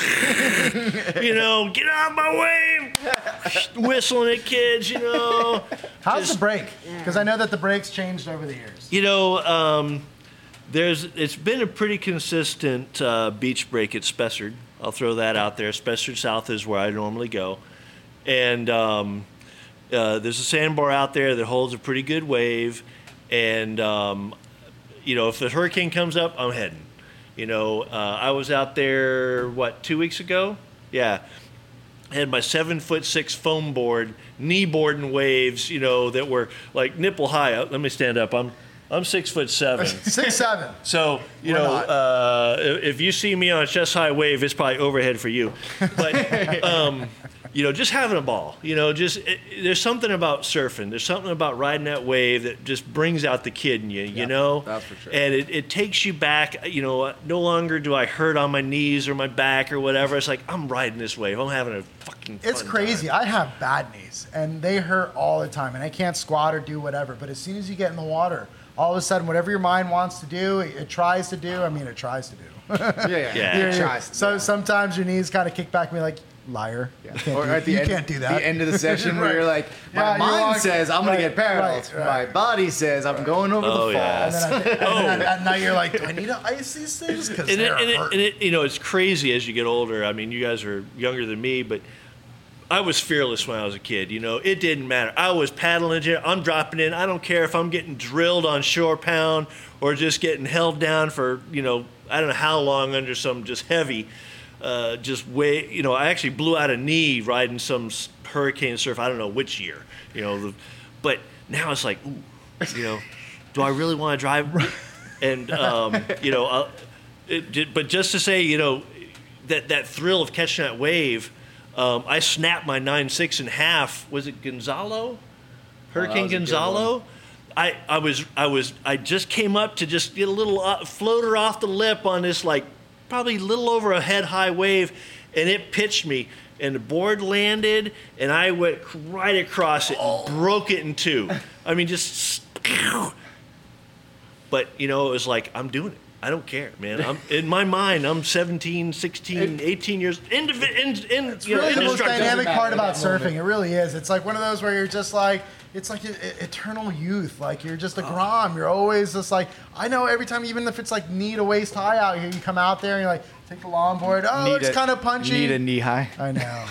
Speaker 3: you know, get out of my way. whistling at kids, you know.
Speaker 2: How's
Speaker 3: Just-
Speaker 2: the break? Because I know that the break's changed over the years.
Speaker 3: You know, um, there's it's been a pretty consistent uh, beach break at Spessard. I'll throw that out there. Spessard South is where I normally go, and um, uh, there's a sandbar out there that holds a pretty good wave. And um, you know, if the hurricane comes up, I'm heading. You know, uh, I was out there what two weeks ago? Yeah, had my seven foot six foam board, knee boarding waves, you know, that were like nipple high. Uh, Let me stand up. I'm I'm six foot seven.
Speaker 2: Six seven.
Speaker 3: So you
Speaker 2: We're
Speaker 3: know,
Speaker 2: not.
Speaker 3: uh, i- if you see me on a chest high wave, it's probably overhead for you. But um, you know, just having a ball. You know, just it, there's something about surfing. There's something about riding that wave that just brings out the kid in you. You know,
Speaker 1: that's for sure.
Speaker 3: And it, it takes you back. You know, no longer do I hurt on my knees or my back or whatever. It's like I'm riding this wave. I'm having a fucking.
Speaker 2: It's
Speaker 3: fun
Speaker 2: crazy.
Speaker 3: time.
Speaker 2: I have bad knees, and they hurt all the time, and I can't squat or do whatever. But as soon as you get in the water, all of a sudden, whatever your mind wants to do, it, it tries to do. I mean, it tries to do.
Speaker 1: Yeah, yeah.
Speaker 3: Yeah.
Speaker 1: It tries to
Speaker 2: so
Speaker 1: do that.
Speaker 2: sometimes your knees kind of kick back and be like, liar. You
Speaker 1: Yeah.
Speaker 2: can't
Speaker 1: Or
Speaker 2: do-
Speaker 1: at the
Speaker 2: you
Speaker 1: end,
Speaker 2: can't do that.
Speaker 1: the end of the session
Speaker 2: Right.
Speaker 1: where you're like, my
Speaker 2: Yeah, you're
Speaker 1: mind
Speaker 2: like-
Speaker 1: says I'm gonna
Speaker 2: right,
Speaker 1: get parallels.
Speaker 2: right, right.
Speaker 1: My body says I'm going over
Speaker 3: Oh,
Speaker 1: the
Speaker 3: yeah.
Speaker 2: and
Speaker 1: falls.
Speaker 2: then, at, the,
Speaker 1: "Oh."
Speaker 2: and then at, at night you're like, do I need to ice these things? Because
Speaker 3: and it,
Speaker 2: they're
Speaker 3: and, it,
Speaker 2: hurting.
Speaker 3: and it, you know, it's crazy as you get older. I mean, you guys are younger than me, but I was fearless when I was a kid. You know, it didn't matter. I was paddling it. I'm dropping in. I don't care if I'm getting drilled on shore pound or just getting held down for you know I don't know how long under some just heavy. Uh, just way, you know, I actually blew out a knee riding some s- hurricane surf. I don't know which year, you know, the, but now it's like, ooh, you know, do I really want to drive? And um, you know, I'll, it, ju- but just to say, you know, that that thrill of catching that wave, um, I snapped my nine six in half. Was it Gonzalo? Hurricane
Speaker 1: was a good
Speaker 3: Gonzalo. I, I was I was I just came up to just get a little uh, floater off the lip on this like probably a little over a head high wave, and it pitched me, and the board landed, and I went right across it
Speaker 1: Oh.
Speaker 3: and broke it in two. I mean, just but you know it was like i'm doing it i don't care man i'm in my mind i'm 17 16 18 years into in, in,
Speaker 2: It's
Speaker 3: you know,
Speaker 2: really the most
Speaker 3: indestructible.
Speaker 2: dynamic part
Speaker 1: Doesn't matter
Speaker 2: about
Speaker 1: at that moment.
Speaker 2: surfing. It really is. It's like one of those where you're just like, it's like e- e- eternal youth. Like you're just a
Speaker 1: Oh.
Speaker 2: grom. You're always just like, I know every time, even if it's like knee to waist high out here, you come out there and you're like, take the longboard. Oh, it looks kind of punchy.
Speaker 1: Need a knee high.
Speaker 2: I know.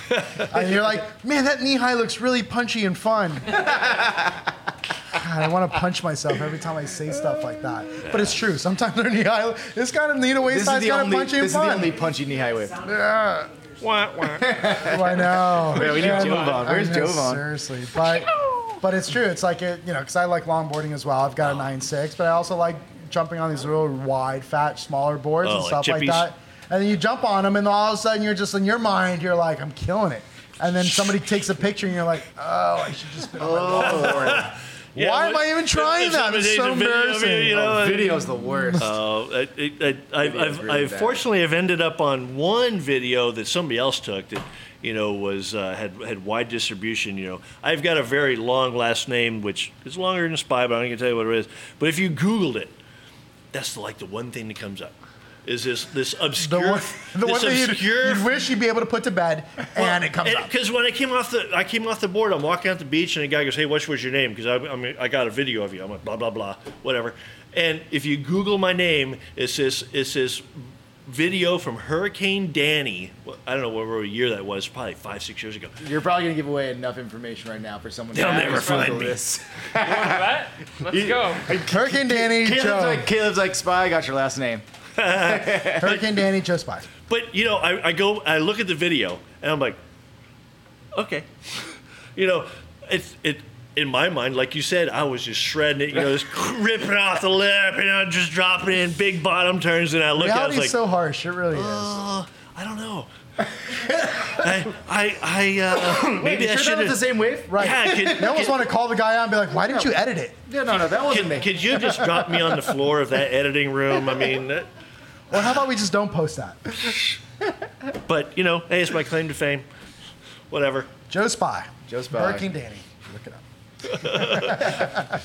Speaker 2: and you're like, man, that knee high looks really punchy and fun. God, I want to punch myself every time I say stuff like that. But it's true. Sometimes their knee high, it's kind of knee to
Speaker 1: This
Speaker 2: waist
Speaker 1: is
Speaker 2: high, it's
Speaker 1: the
Speaker 2: kind of
Speaker 1: only. This
Speaker 2: punchy and
Speaker 1: is the
Speaker 2: fun.
Speaker 1: only punchy knee high wave.
Speaker 2: Yeah.
Speaker 4: Wah, wah.
Speaker 2: Oh, I know.
Speaker 1: Yeah, we need Jovan.
Speaker 2: I
Speaker 1: Where's
Speaker 2: know,
Speaker 1: Jovan?
Speaker 2: Seriously, but but it's true. It's like it, you know, because I like longboarding as well. I've got a nine six, but I also like jumping on these little wide, fat, smaller boards
Speaker 3: Oh,
Speaker 2: and
Speaker 3: like
Speaker 2: stuff like
Speaker 3: chippies.
Speaker 2: that. And then you jump on them, and all of a sudden you're just in your mind, you're like, I'm killing it. And then somebody takes a picture, and you're like, Oh, I should just. Been on my longboard.
Speaker 3: Yeah,
Speaker 2: Why am
Speaker 3: what-
Speaker 2: I even trying
Speaker 3: if
Speaker 2: that?
Speaker 3: somebody
Speaker 2: It's
Speaker 3: takes
Speaker 2: so
Speaker 3: a video of you,
Speaker 2: embarrassing.
Speaker 3: you know, and-
Speaker 1: Video's the worst.
Speaker 3: Oh, I, I, I, I've, I've,
Speaker 1: really
Speaker 3: I've
Speaker 1: bad.
Speaker 3: fortunately have ended up on one video that somebody else took that you know was uh, had had wide distribution. You know, I've got a very long last name, which is longer than Spy, but I'm not gonna tell you what it is. But if you Googled it, that's the, like the one thing that comes up is this this
Speaker 2: The
Speaker 3: obscure
Speaker 2: one, the one
Speaker 3: this
Speaker 2: that you'd,
Speaker 3: obscure
Speaker 2: you'd wish you'd be able to put to bed, and it comes up.
Speaker 3: because when I came off the, I came off the board. I'm walking out the beach, and a guy goes, "Hey, what was your name?" Because I, I'm, I got a video of you. I'm like, blah blah blah, whatever. And if you Google my name, it's this, it's this video from Hurricane Danny. Well, I don't know what year that was. Probably five, six years ago.
Speaker 1: You're probably gonna give away enough information right now for someone. to
Speaker 3: They'll
Speaker 1: have
Speaker 3: never
Speaker 1: to struggle
Speaker 3: find me.
Speaker 1: This.
Speaker 4: What? Let's go.
Speaker 2: Hurricane Danny,
Speaker 1: Caleb's
Speaker 2: Joe.
Speaker 1: like, Caleb's like, spy. I got your last name.
Speaker 2: Hurricane Danny, Joe Spy.
Speaker 3: But you know, I, I go, I look at the video, and I'm like, okay, you know, it's it in my mind, like you said, I was just shredding it, you know, just ripping off the lip, and I'm just dropping in big bottom turns, and I look, at it, I was
Speaker 2: Reality's
Speaker 3: like,
Speaker 2: so harsh. It really is.
Speaker 3: uh, I don't know. I, I, I uh, maybe I
Speaker 1: you sure
Speaker 3: should
Speaker 1: that was the
Speaker 3: have.
Speaker 1: same wave?
Speaker 2: Right.
Speaker 3: Yeah, could,
Speaker 2: They almost
Speaker 3: could,
Speaker 2: want to call the guy out and be like, why didn't you edit it?
Speaker 1: Yeah, no, no, that wasn't me.
Speaker 3: could, could you just drop me on the floor of that editing room? I mean, uh,
Speaker 2: Or how about we just don't post that?
Speaker 3: but you know, hey, it's my claim to fame. Whatever.
Speaker 2: Joe Spy.
Speaker 1: Joe Spy.
Speaker 2: Hurricane Danny. Look it up.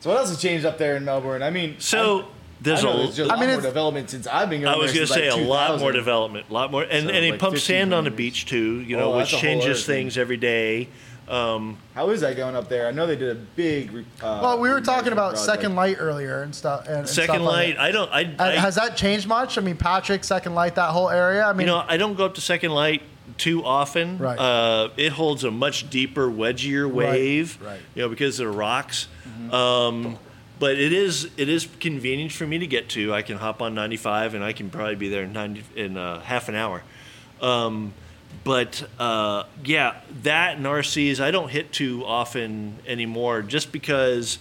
Speaker 1: So what else has changed up there in Melbourne? I mean,
Speaker 3: So There's
Speaker 1: I
Speaker 3: a
Speaker 1: know there's just a
Speaker 2: I
Speaker 1: lot
Speaker 2: mean,
Speaker 1: more
Speaker 2: it's-
Speaker 1: development since I've been going
Speaker 3: I was
Speaker 1: going
Speaker 3: gonna
Speaker 1: to
Speaker 3: say a lot more development, a lot more, and,
Speaker 1: So,
Speaker 3: and they
Speaker 1: like,
Speaker 3: pump
Speaker 1: 15
Speaker 3: sand on the
Speaker 1: years.
Speaker 3: beach too, you know,
Speaker 1: Oh,
Speaker 3: which
Speaker 1: that's a whole other
Speaker 3: changes
Speaker 1: thing.
Speaker 3: things every day.
Speaker 1: How is that going up there? I know they did a big. re- Uh,
Speaker 2: Well, we were talking
Speaker 1: renovation
Speaker 2: about
Speaker 1: project.
Speaker 2: Second Light earlier and stuff. And, and
Speaker 3: Second
Speaker 2: stuff like
Speaker 3: light,
Speaker 2: that.
Speaker 3: I don't, I,
Speaker 2: Uh,
Speaker 3: I
Speaker 2: has that changed much? I mean, Patrick, Second Light, that whole area. I mean,
Speaker 3: you know, I don't go up to second light too often.
Speaker 2: Right.
Speaker 3: Uh, it holds a much deeper, wedgier wave.
Speaker 1: Right.
Speaker 3: You know, because of the rocks.
Speaker 2: Mm-hmm.
Speaker 3: Um, but it is it is convenient for me to get to. I can hop on 95 and I can probably be there in 90 in uh, half an hour. Um, but uh, yeah, that and RCs I don't hit too often anymore, just because,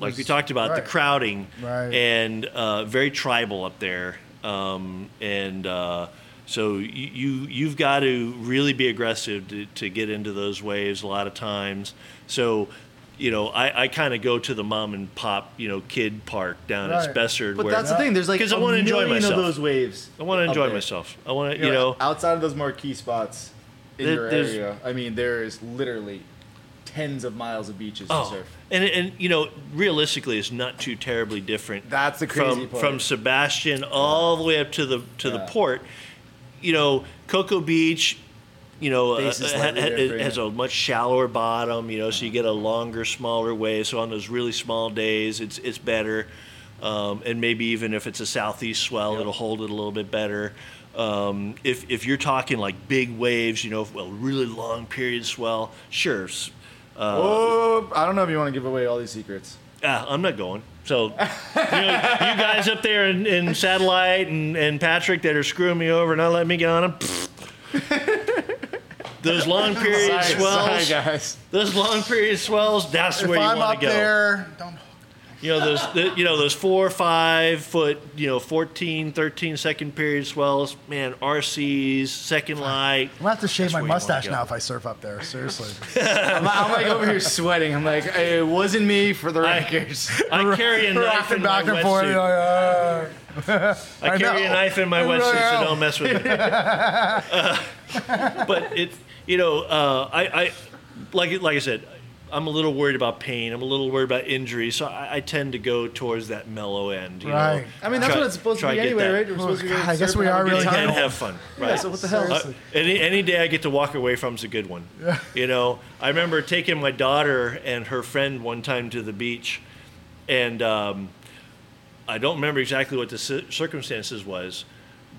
Speaker 3: like we talked about,
Speaker 2: right.
Speaker 3: the crowding
Speaker 2: Right.
Speaker 3: and uh, very tribal up there. Um, and uh, so you, you you've got to really be aggressive to, to get into those waves a lot of times. So. You know, I, I kind of go to the mom and pop, you know, kid park down
Speaker 2: Right.
Speaker 3: at Spessard.
Speaker 1: But
Speaker 3: where-
Speaker 1: that's the thing. There's like
Speaker 3: 'Cause I
Speaker 1: a
Speaker 3: wanna enjoy
Speaker 1: million
Speaker 3: myself.
Speaker 1: Of those waves.
Speaker 3: I want to
Speaker 1: up
Speaker 3: enjoy
Speaker 1: there.
Speaker 3: myself. I want to, you know,
Speaker 1: outside of those marquee spots in
Speaker 3: There-
Speaker 1: your
Speaker 3: there's-
Speaker 1: area, I mean, there is literally tens of miles of beaches to surf.
Speaker 3: Oh, And, and you know, realistically, it's not too terribly different.
Speaker 1: That's the crazy
Speaker 3: from,
Speaker 1: part.
Speaker 3: From Sebastian all the way up to the to the
Speaker 1: Yeah.
Speaker 3: port, you know, Cocoa Beach, you know, uh,
Speaker 1: Base is
Speaker 3: ha-
Speaker 1: slightly
Speaker 3: ha-
Speaker 1: different,
Speaker 3: has
Speaker 1: yeah.
Speaker 3: a much shallower bottom, you know, so you get a longer, smaller wave. So on those really small days, it's it's better, um, and maybe even if it's a southeast swell, it'll hold it a little bit better. Um, if if you're talking like big waves, you know, well, really long period swell, sure. s- Uh,
Speaker 1: Oh, I don't know if you want to give away all these secrets.
Speaker 3: Ah, I'm not going. So, you, know, you guys up there in, in satellite and, and Patrick that are screwing me over, not letting me get on them. those long period swells.
Speaker 1: guys.
Speaker 3: Those long period swells. That's
Speaker 2: if
Speaker 3: where you
Speaker 2: I'm
Speaker 3: want
Speaker 2: up
Speaker 3: to go.
Speaker 2: there, don't.
Speaker 3: You know those. The, you know those four, five foot. You know 14, 13 second period swells. Man, RCs, second light.
Speaker 2: I'm gonna have to shave
Speaker 3: That's
Speaker 2: my
Speaker 3: where you wanna
Speaker 2: mustache
Speaker 3: go.
Speaker 2: now if I surf up there. Seriously,
Speaker 1: I'm, I'm like over here sweating. I'm like, it wasn't me for the
Speaker 3: I-
Speaker 1: records.
Speaker 3: I carry a knife
Speaker 2: rocking
Speaker 3: in my
Speaker 2: back and forth.
Speaker 3: wetsuit.
Speaker 2: you're like, "Ah."
Speaker 3: I carry a
Speaker 2: know.
Speaker 3: knife in my
Speaker 2: I
Speaker 3: wetsuit, so
Speaker 2: know.
Speaker 3: don't mess with me. Uh, but it, you know, uh, I, I, like, like I said, I'm a little worried about pain. I'm a little worried about injury, so I, I tend to go towards that mellow end. You
Speaker 2: Right.
Speaker 3: Know?
Speaker 1: I mean, that's
Speaker 3: Try-
Speaker 1: what it's supposed to
Speaker 3: try
Speaker 1: be
Speaker 3: get
Speaker 1: anyway,
Speaker 3: that.
Speaker 1: right? We're supposed to go
Speaker 2: God, I guess
Speaker 1: surf and
Speaker 2: we
Speaker 1: have a
Speaker 2: are
Speaker 1: good
Speaker 2: really
Speaker 1: time.
Speaker 3: And
Speaker 2: getting-
Speaker 3: have fun, right?
Speaker 1: Yeah, so what the hell?
Speaker 2: Seriously.
Speaker 3: Uh, any any day I get to walk away from's a good one. You know, I remember taking my daughter and her friend one time to the beach, and um, I don't remember exactly what the ci- circumstances was,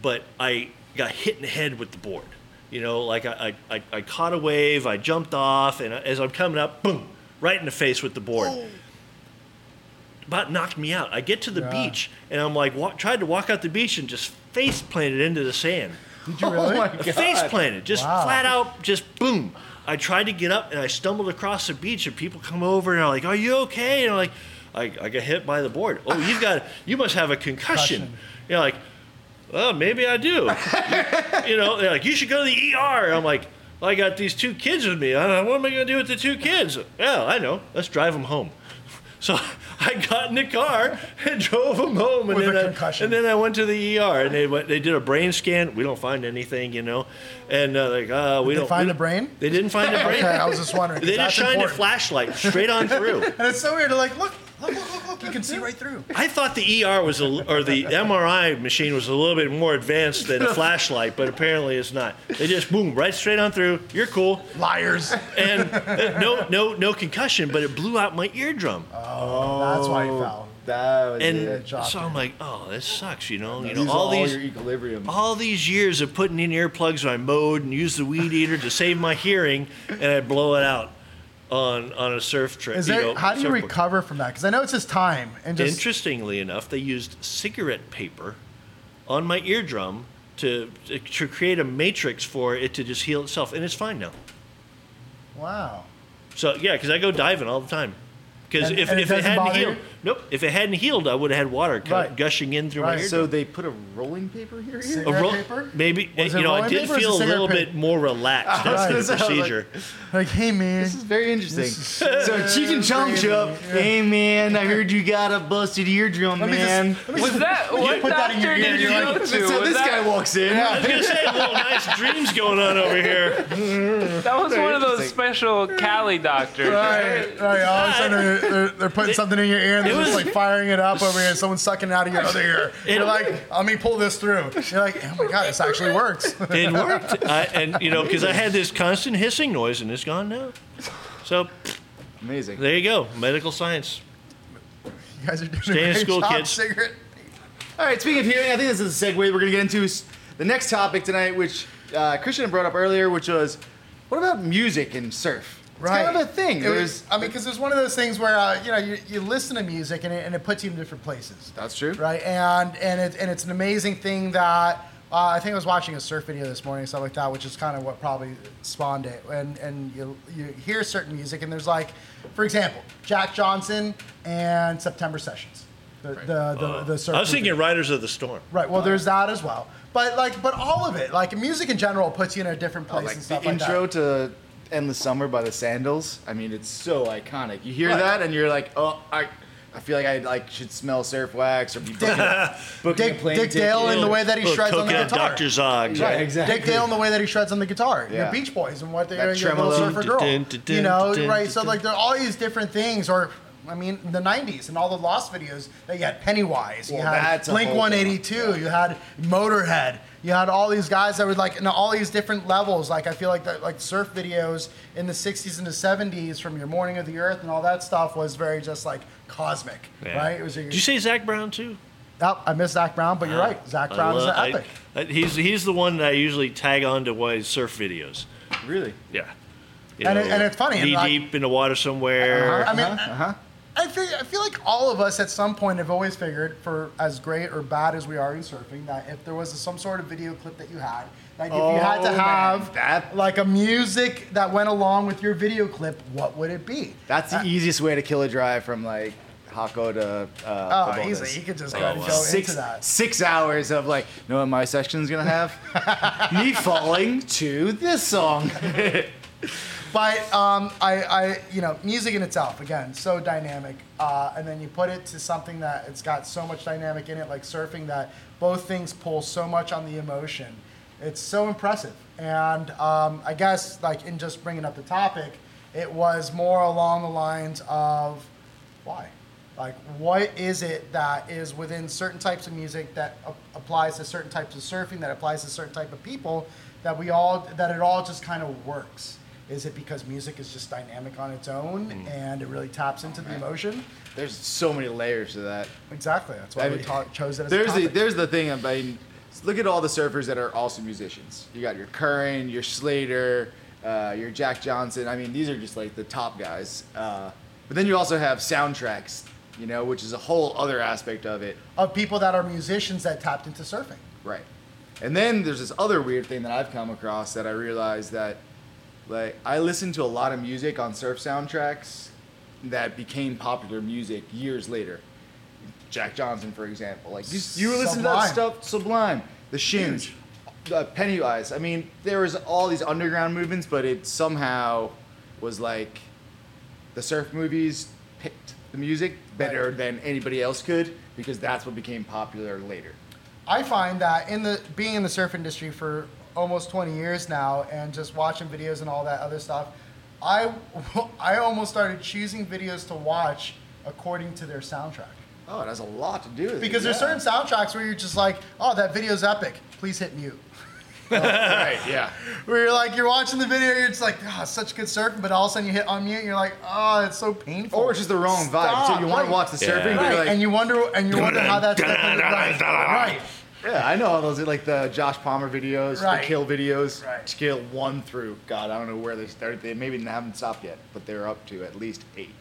Speaker 3: but I got hit in the head with the board. You know, like I I, I, I caught a wave, I jumped off, and as I'm coming up, boom, right in the face with the board
Speaker 2: Oh.
Speaker 3: about knocked me out. I get to the
Speaker 2: Yeah.
Speaker 3: beach and I'm like, wa- tried to walk out the beach and just face planted into the sand.
Speaker 2: Did you really?
Speaker 1: Oh my
Speaker 3: A
Speaker 1: god.
Speaker 3: Face planted, just
Speaker 2: Wow.
Speaker 3: flat out, just boom. I tried to get up and I stumbled across the beach and people come over and are like, "Are you okay?" And I'm like, "I, I got hit by the board." Oh, you've got, you must have a concussion.
Speaker 2: Concussion.
Speaker 3: You're like, "Well, maybe I do." you know, they're like, "You should go to the ER." I'm like, well, "I got these two kids with me. I don't know, what am I going to do with the two kids?" Yeah, I know. Let's drive them home. So I got in the car and drove them home, and
Speaker 2: With a
Speaker 3: then I-
Speaker 2: concussion.
Speaker 3: and then I went to the ER, and they went, they did a brain scan. We don't find anything, you know, and uh, like uh, we
Speaker 2: Did they
Speaker 3: don't
Speaker 2: find
Speaker 3: we-
Speaker 2: the brain?
Speaker 3: They didn't find the brain.
Speaker 2: Okay, I was just wondering. 'cause
Speaker 3: They
Speaker 2: that's
Speaker 3: just shined a
Speaker 2: important.
Speaker 3: flashlight straight on through.
Speaker 2: And it's so weird. They're like, look, look, look, look, look. You can see right through.
Speaker 3: I thought the ER was a, or the MRI machine was a little bit more advanced than a flashlight, but apparently it's not. They just boom right straight on through. You're cool,
Speaker 2: Liars.
Speaker 3: and uh, no no no concussion, but it blew out my eardrum,
Speaker 2: Oh, That's why
Speaker 1: Oh.
Speaker 2: you fell.
Speaker 1: That was
Speaker 3: and
Speaker 1: it.
Speaker 2: job,
Speaker 3: so I'm like, oh, this sucks, you know, you
Speaker 1: Lose
Speaker 3: know all these Oh,
Speaker 1: your equilibrium.
Speaker 3: all these years of putting in earplugs when I mowed and used the weed eater to save my hearing, and I blow it out on on a surf trip.
Speaker 2: Is
Speaker 3: you
Speaker 2: there?
Speaker 3: know,
Speaker 2: how do you
Speaker 3: surfboard.
Speaker 2: recover from that? Because I know it's just time and just
Speaker 3: Interestingly enough, they used cigarette paper on my eardrum to to create a matrix for it to just heal itself, and it's fine now.
Speaker 2: wow.
Speaker 3: So yeah, because I go diving all the time. Because
Speaker 2: And-
Speaker 3: if,
Speaker 2: and it
Speaker 3: if it
Speaker 2: doesn't
Speaker 3: hadn't
Speaker 2: bother you?
Speaker 3: healed, nope. If it hadn't healed, I would have had water cu-
Speaker 2: Right.
Speaker 3: gushing in through
Speaker 2: Right.
Speaker 3: my eardrum.
Speaker 1: So they put a rolling paper here. here?
Speaker 2: Cigarette
Speaker 3: A roll-
Speaker 2: paper?
Speaker 3: Maybe
Speaker 2: Was
Speaker 3: you
Speaker 2: it
Speaker 3: know I
Speaker 2: rolling
Speaker 3: did
Speaker 2: paper or was it
Speaker 3: feel a
Speaker 2: cigarette
Speaker 3: little
Speaker 2: paper?
Speaker 3: bit more relaxed
Speaker 1: was
Speaker 3: after
Speaker 1: gonna
Speaker 3: the
Speaker 1: say, I was like-
Speaker 3: procedure.
Speaker 2: Like, hey man,
Speaker 1: This is very interesting. so Chicken Chong Chop, hey man, I heard you got a busted eardrum,
Speaker 2: me just-
Speaker 1: man.
Speaker 4: Was that what
Speaker 2: put that in your
Speaker 4: doctor
Speaker 2: ear,
Speaker 4: did you
Speaker 2: you're
Speaker 4: go
Speaker 2: like,
Speaker 4: to?
Speaker 1: so
Speaker 4: Was
Speaker 1: this guy
Speaker 4: that,
Speaker 1: walks in.
Speaker 3: I was gonna say, little nice dreams going on over here.
Speaker 4: that was one of those
Speaker 1: Interesting.
Speaker 4: special Cali doctors.
Speaker 2: right, right. All of a sudden, they're, they're, they're putting something in your ear and they're
Speaker 3: It
Speaker 2: just
Speaker 3: was-
Speaker 2: like firing it up over here. and Someone's sucking it out of your other ear. You're like, let me pull this through. You're like, oh my god, this actually works.
Speaker 3: It worked. I, and, you know, because I had this constant hissing noise and it's gone now. So
Speaker 1: Amazing.
Speaker 3: there you go. Medical science.
Speaker 2: You guys are doing
Speaker 3: Stay
Speaker 2: a
Speaker 3: in
Speaker 2: great
Speaker 3: school,
Speaker 2: job,
Speaker 3: kids.
Speaker 2: Cigarette.
Speaker 1: All right, speaking of hearing, I think this is a segue. We're going to get into s- the next topic tonight, which uh, Christian brought up earlier, which was what about music and surf?
Speaker 2: Right.
Speaker 1: It's kind of a thing.
Speaker 2: It was,
Speaker 1: There's,
Speaker 2: I mean, because it's one of those things where uh, you know you, you listen to music and it, and it puts you in different places.
Speaker 1: that's true.
Speaker 2: right? And and it, and it's an amazing thing that uh, I think I was watching a surf video this morning, stuff like that, which is kind of what probably spawned it. And and you you hear certain music, and there's like, for example, Jack Johnson and September Sessions, the the the, the surf.
Speaker 3: Oh. I was thinking
Speaker 2: group.
Speaker 3: Riders of the Storm.
Speaker 2: right. Well, there's that as well. But like, but all of it, like music in general, puts you in a different place
Speaker 1: Oh, Like
Speaker 2: and
Speaker 1: the
Speaker 2: stuff like that.
Speaker 1: intro to "Endless Summer" by the Sandals. I mean, it's so iconic. You hear
Speaker 2: Right.
Speaker 1: that, and you're like, oh, I, I feel like I like should smell surf wax or be booking, booking
Speaker 2: Dick-
Speaker 1: a plane ticket.
Speaker 2: Dick Dale and the
Speaker 3: Little-
Speaker 2: way that he
Speaker 3: little
Speaker 2: shreds on the
Speaker 3: coconut
Speaker 2: guitar.
Speaker 3: Dr. Zog.
Speaker 1: Yeah, exactly.
Speaker 2: Dick Dale and the way that he shreds on the guitar.
Speaker 1: Yeah.
Speaker 2: Your Beach Boys and what
Speaker 1: That
Speaker 2: they're your little
Speaker 1: tremolo.
Speaker 2: surfer girl. You know, right? So like there are all these different things or I mean, the '90s and all the Lost videos that you had Pennywise, you
Speaker 1: Well,
Speaker 2: had
Speaker 1: that's a
Speaker 2: Blink
Speaker 1: whole different-
Speaker 2: 182, you had Motorhead, you had all these guys that were like, in all these different levels. Like I feel like the, like surf videos in the '60s and the '70s, from your Morning of the Earth and all that stuff, was very just like cosmic,
Speaker 3: Yeah.
Speaker 2: right? It was.
Speaker 3: Did you say Zach Brown too?
Speaker 2: Oh, I missed Zach Brown, but you're
Speaker 1: Uh,
Speaker 2: right. Zach
Speaker 3: I
Speaker 2: Brown is
Speaker 3: love-
Speaker 2: an
Speaker 3: I-
Speaker 2: epic.
Speaker 3: I- he's he's the one that I usually tag on to my surf videos.
Speaker 1: Really?
Speaker 3: Yeah. You
Speaker 2: And it- and it's funny, and
Speaker 3: Knee
Speaker 2: like-
Speaker 3: deep in the water somewhere.
Speaker 2: I mean,
Speaker 1: Uh-huh.
Speaker 2: I feel, I feel like all of us at some point have always figured, for as great or bad as we are in surfing, that if there was some sort of video clip that you had, like if you had
Speaker 1: Oh,
Speaker 2: to
Speaker 1: man,
Speaker 2: have
Speaker 1: that-
Speaker 2: like a music that went along with your video clip, what would it be?
Speaker 1: That's the
Speaker 2: Uh,
Speaker 1: easiest way to kill a drive from like Hako to. Uh,
Speaker 2: Oh, easy.
Speaker 1: Pobodas.
Speaker 2: You could just
Speaker 3: Oh,
Speaker 2: go, and
Speaker 3: wow.
Speaker 2: go
Speaker 1: six,
Speaker 2: into that.
Speaker 1: six hours of like, you know what my section's gonna have? Me falling to this song.
Speaker 2: But um, I, I, you know, music in itself, again, so dynamic. Uh, and then you put it to something that it's got so much dynamic in it, like surfing, that both things pull so much on the emotion. It's so impressive. And um, I guess, like, in just bringing up the topic, it was more along the lines of why? Like, what is it that is within certain types of music that a- applies to certain types of surfing, that applies to certain type of people, that we all, that it all just kind of works? Is it because music is just dynamic on its own
Speaker 1: Mm.
Speaker 2: and it really taps into the emotion?
Speaker 1: There's so many layers to that.
Speaker 2: Exactly. That's why
Speaker 1: I
Speaker 2: we
Speaker 1: mean,
Speaker 2: ta- chose it as
Speaker 1: There's
Speaker 2: a
Speaker 1: the
Speaker 2: topic.
Speaker 1: there's the thing. I mean, look at all the surfers that are also musicians. You got your Curran, your Slater, uh, your Jack Johnson. I mean, these are just like the top guys. Uh, but then you also have soundtracks, you know, which is a whole other aspect of it.
Speaker 2: of people that are musicians that tapped into surfing.
Speaker 1: Right. And then there's this other weird thing that I've come across that I realized that like I listened to a lot of music on surf soundtracks that became popular music years later. Jack Johnson, for example. Like you, you were listening to that
Speaker 2: Sublime.
Speaker 1: stuff, Sublime, The Shins, uh, Pennywise. I mean, there was all these underground movements, but it somehow was like the surf movies picked the music better than anybody else could because that's what became popular later.
Speaker 2: I find that in the being in the surf industry for almost 20 years now and just watching videos and all that other stuff, I I almost started choosing videos to watch according to their soundtrack.
Speaker 1: Oh, it has a lot to do with it.
Speaker 2: Because there's
Speaker 1: yeah.
Speaker 2: certain soundtracks where you're just like, "Oh, that video's epic. Please hit mute."
Speaker 1: right, yeah.
Speaker 2: Where you're like, you're watching the video, you're just like, "Ah, such good surfing," but all of a sudden you hit unmute, and you're like, "Oh, it's so painful."
Speaker 1: Or it's just the wrong vibe. So
Speaker 2: Stop,
Speaker 1: you want
Speaker 2: right.
Speaker 1: to watch the
Speaker 3: Yeah.
Speaker 1: surfing, but
Speaker 2: Right,
Speaker 1: you're like,
Speaker 2: and you wonder, and you wonder how that's right, right.
Speaker 1: yeah, I know all those like the Josh Palmer videos,
Speaker 2: Right.
Speaker 1: the Kill videos,
Speaker 2: Right.
Speaker 1: Kill one through God, I don't know where they started. They maybe haven't stopped yet, but they're up to at least eight,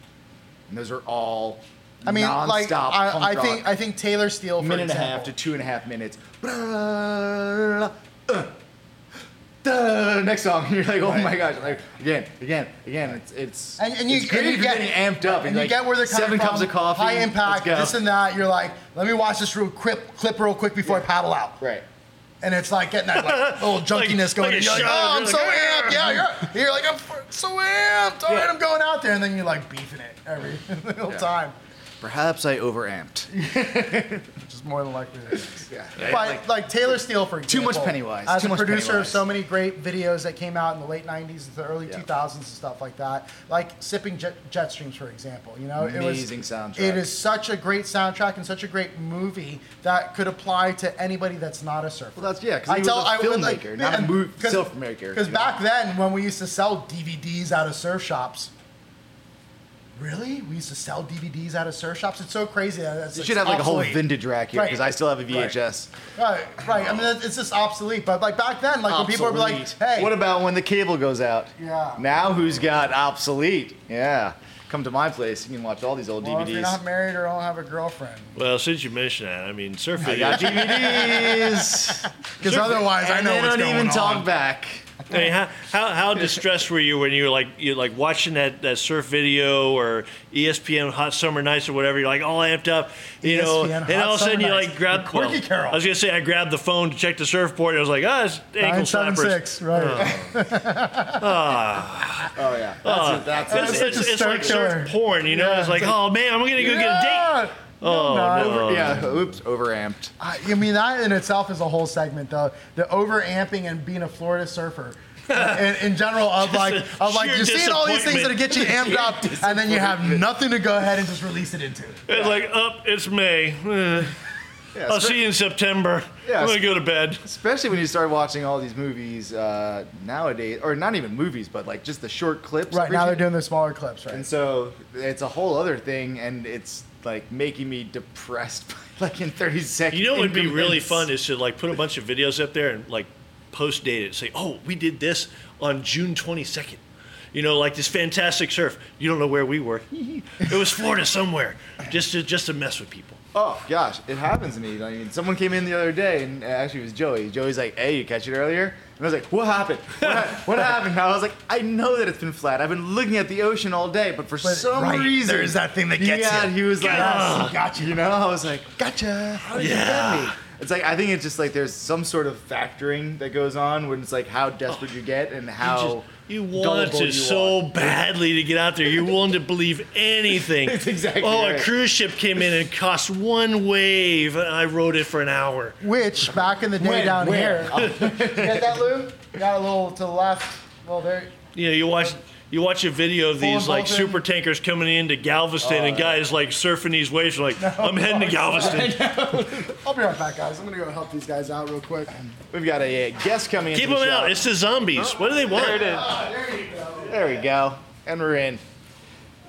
Speaker 1: and those are all.
Speaker 2: I mean,
Speaker 1: nonstop
Speaker 2: like,
Speaker 1: punk
Speaker 2: I, I
Speaker 1: rock,
Speaker 2: think I think Taylor Steele, for
Speaker 1: minute and a
Speaker 2: example,
Speaker 1: half to two and a half minutes. Blah, uh, duh, next song, you're like, oh my gosh, like again, again, again. It's it's
Speaker 2: And, and you,
Speaker 1: it's
Speaker 2: and
Speaker 1: great
Speaker 2: you
Speaker 1: if you're
Speaker 2: get
Speaker 1: getting amped up
Speaker 2: and
Speaker 1: and
Speaker 2: you
Speaker 1: like,
Speaker 2: get where they're coming
Speaker 1: seven
Speaker 2: from,
Speaker 1: cups of coffee,
Speaker 2: high
Speaker 1: let's
Speaker 2: impact,
Speaker 1: go.
Speaker 2: this and that. You're like, let me watch this real clip, clip real quick before I paddle out,
Speaker 1: Right.
Speaker 2: and it's like getting that like, little junkiness
Speaker 3: Like-
Speaker 2: going.
Speaker 3: like a
Speaker 2: you're like,
Speaker 3: shot,
Speaker 2: oh, I'm
Speaker 3: you're
Speaker 2: so
Speaker 3: like,
Speaker 2: amped.
Speaker 1: "Ah."
Speaker 2: Yeah, you're, you're like, I'm f- so amped. All right, I'm going out there, and then you're like beefing it every little
Speaker 1: Yeah.
Speaker 2: time,
Speaker 1: Perhaps I overamped.
Speaker 2: which is more than likely it is.
Speaker 1: Yeah.
Speaker 2: But like, Taylor Steele, for example,
Speaker 1: Too much Pennywise,
Speaker 2: As
Speaker 1: too
Speaker 2: a
Speaker 1: much
Speaker 2: producer
Speaker 1: Pennywise.
Speaker 2: of so many great videos that came out in the late '90s, the early
Speaker 1: Yeah.
Speaker 2: 2000s, and stuff like that. Like sipping jet, jet streams, for example. You know, it was-
Speaker 1: Amazing soundtrack.
Speaker 2: It is such a great soundtrack and such a great movie that could apply to anybody that's not a surfer.
Speaker 1: Well, that's- yeah, 'cause he was a filmmaker, not a mo- self-maker,
Speaker 2: Because
Speaker 1: you know?
Speaker 2: back then, when we used to sell DVDs out of surf shops, really, we used to sell DVDs out of surf shops. It's so crazy. That that's,
Speaker 1: You should have like a whole
Speaker 2: obsolete.
Speaker 1: vintage rack here because
Speaker 2: Right.
Speaker 1: I still have a
Speaker 2: Right.
Speaker 1: VHS.
Speaker 2: Right, right. I mean, that- it's just obsolete. But like back then, like when people were like,
Speaker 1: Obsolete.
Speaker 2: "Hey,
Speaker 1: What about when the cable goes out?
Speaker 2: Yeah.
Speaker 1: Now who's got obsolete? Yeah. Come to my place. You can watch all these old
Speaker 2: well, if you're not
Speaker 1: DVDs.
Speaker 2: married or don't have a girlfriend,
Speaker 3: Well, since you mentioned that, I mean, surf
Speaker 1: I
Speaker 3: video.
Speaker 1: got DVDs.
Speaker 2: because otherwise, I
Speaker 1: and
Speaker 2: know
Speaker 1: they
Speaker 2: what's
Speaker 1: don't
Speaker 2: going
Speaker 1: even
Speaker 2: on."
Speaker 1: talk back.
Speaker 3: I mean, how, how, how distressed were you when you were like you like watching that, that surf video or E ESPN Hot Summer Nights or whatever? You're like all amped up, you know,
Speaker 2: ESPN
Speaker 3: and
Speaker 2: Hot
Speaker 3: all of a sudden
Speaker 2: Summer
Speaker 3: you
Speaker 2: Nights
Speaker 3: like grabbed.
Speaker 2: with Corky Carroll.
Speaker 3: I was gonna say I grabbed the phone to check the surfboard. And I was like, ah, it's ankle
Speaker 2: Nine seven
Speaker 3: slappers.
Speaker 2: six, right?
Speaker 1: Oh yeah. That's, that's,
Speaker 3: It's,
Speaker 2: That's
Speaker 3: it's-
Speaker 2: such a
Speaker 3: it's like
Speaker 2: start
Speaker 3: surf
Speaker 2: killer.
Speaker 3: porn, you know.
Speaker 2: Yeah,
Speaker 3: it's like,
Speaker 2: it's like-
Speaker 3: oh man, I'm gonna go get a date.
Speaker 2: Yeah.
Speaker 3: Oh,
Speaker 2: no.
Speaker 3: no.
Speaker 1: yeah. Oops. Overamped.
Speaker 2: I, I mean, that in itself is a whole segment, though. The overamping and being a Florida surfer. in, in general, of like, of like,
Speaker 3: sheer
Speaker 2: you're seeing all these things that'll get you amped up, and then you have nothing to go ahead and just release it into.
Speaker 3: It's like up. It's May. Eh,
Speaker 1: Yeah,
Speaker 3: I'll
Speaker 1: spe-
Speaker 3: see you in September.
Speaker 1: Yeah,
Speaker 3: I'm
Speaker 1: it's-
Speaker 3: gonna go to bed.
Speaker 1: Especially when you start watching all these movies uh, nowadays, or not even movies, but like just the short clips.
Speaker 2: Right
Speaker 1: of
Speaker 2: now,
Speaker 1: each-
Speaker 2: they're doing the smaller clips,
Speaker 1: And
Speaker 2: right?
Speaker 1: so it's a whole other thing, and it's like making me depressed, like in 30 seconds.
Speaker 3: You know what would be really fun is to like put a bunch of videos up there and like post date it. Say, oh, we did this on June 22nd. You know, like this fantastic surf. You don't know where we were. it was Florida somewhere. Just to just to mess with people.
Speaker 1: Oh gosh, it happens to me. I mean, someone came in the other day, and actually it was Joey. Joey's like, "Hey, you catch it earlier?" And I was like, "What happened? What, hap- what happened?" And I was like, "I know that it's been flat. I've been looking at the ocean all day, but for some
Speaker 2: right,
Speaker 1: reason,
Speaker 2: there's that thing that gets
Speaker 1: yeah,
Speaker 2: you.
Speaker 1: he was like,
Speaker 2: Yes,
Speaker 1: "Ugh." You know, I was like, "Gotcha." How did you
Speaker 3: Yeah.
Speaker 1: get me? It's like I think it's just like there's some sort of factoring that goes on when it's like how desperate you get and
Speaker 3: You
Speaker 1: how
Speaker 3: just- you want
Speaker 1: gullible
Speaker 3: to
Speaker 1: you
Speaker 3: so
Speaker 1: are.
Speaker 3: badly to get out there. You're willing to believe anything.
Speaker 1: That's exactly
Speaker 3: oh,
Speaker 1: right.
Speaker 3: a cruise ship came in and cost one wave, and I rode it for an hour.
Speaker 2: Which back in the day
Speaker 1: When?
Speaker 2: down
Speaker 1: Where?
Speaker 2: here, you got that Lou? You got a little to the left. Well, there.
Speaker 3: You know, you watch you watch a video of these like
Speaker 2: Bolton.
Speaker 3: super tankers coming into Galveston,
Speaker 4: Oh,
Speaker 3: and guys like surfing these waves. Like I'm heading to Galveston.
Speaker 2: I'll be right back, guys. I'm gonna go help these guys out real quick.
Speaker 1: We've got a, uh guest coming in.
Speaker 3: Keep them out. It's the zombies. What do they want?
Speaker 4: There it is.
Speaker 1: There we go. And we're in.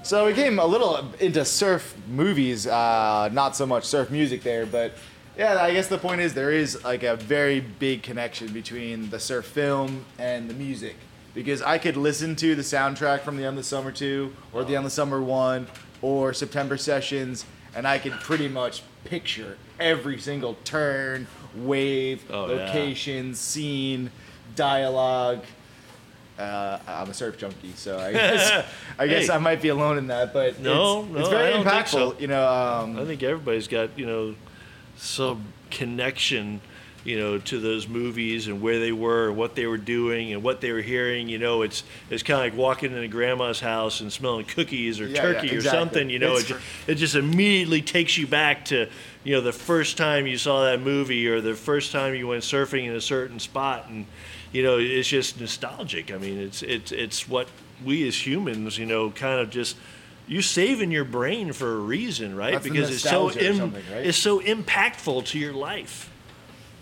Speaker 1: So we came a little into surf movies, uh, not so much surf music there, but yeah, I guess the point is there is like a very big connection between the surf film and the music. Because I could listen to the soundtrack from The End of Summer 2 or The End of Summer 1 or September Sessions, and I could pretty much picture every single turn, wave,
Speaker 3: Oh, yeah.
Speaker 1: location, scene, dialogue, uh, I'm a surf junkie, so I guess I guess
Speaker 3: Hey.
Speaker 1: I might be alone in that, but
Speaker 3: No,
Speaker 1: it's,
Speaker 3: no,
Speaker 1: it's very
Speaker 3: I don't
Speaker 1: impactful.
Speaker 3: think so.
Speaker 1: You know, um,
Speaker 3: I think everybody's got you know some connection, you know, to those movies and where they were, and what they were doing, and what they were hearing. You know, it's it's kind of like walking into grandma's house and smelling cookies or
Speaker 1: Yeah, yeah,
Speaker 3: turkey or
Speaker 1: exactly.
Speaker 3: something. You know,
Speaker 1: It's
Speaker 3: it, ju- it just immediately takes you back to you know the first time you saw that movie or the first time you went surfing in a certain spot, and you know it's just nostalgic. I mean, it's it's it's what we as humans, you know, kind of just. You save in your brain for a reason, right?
Speaker 1: That's the
Speaker 3: because it's so
Speaker 1: nostalgia or
Speaker 3: im-
Speaker 1: something, right?
Speaker 3: it's so impactful to your life.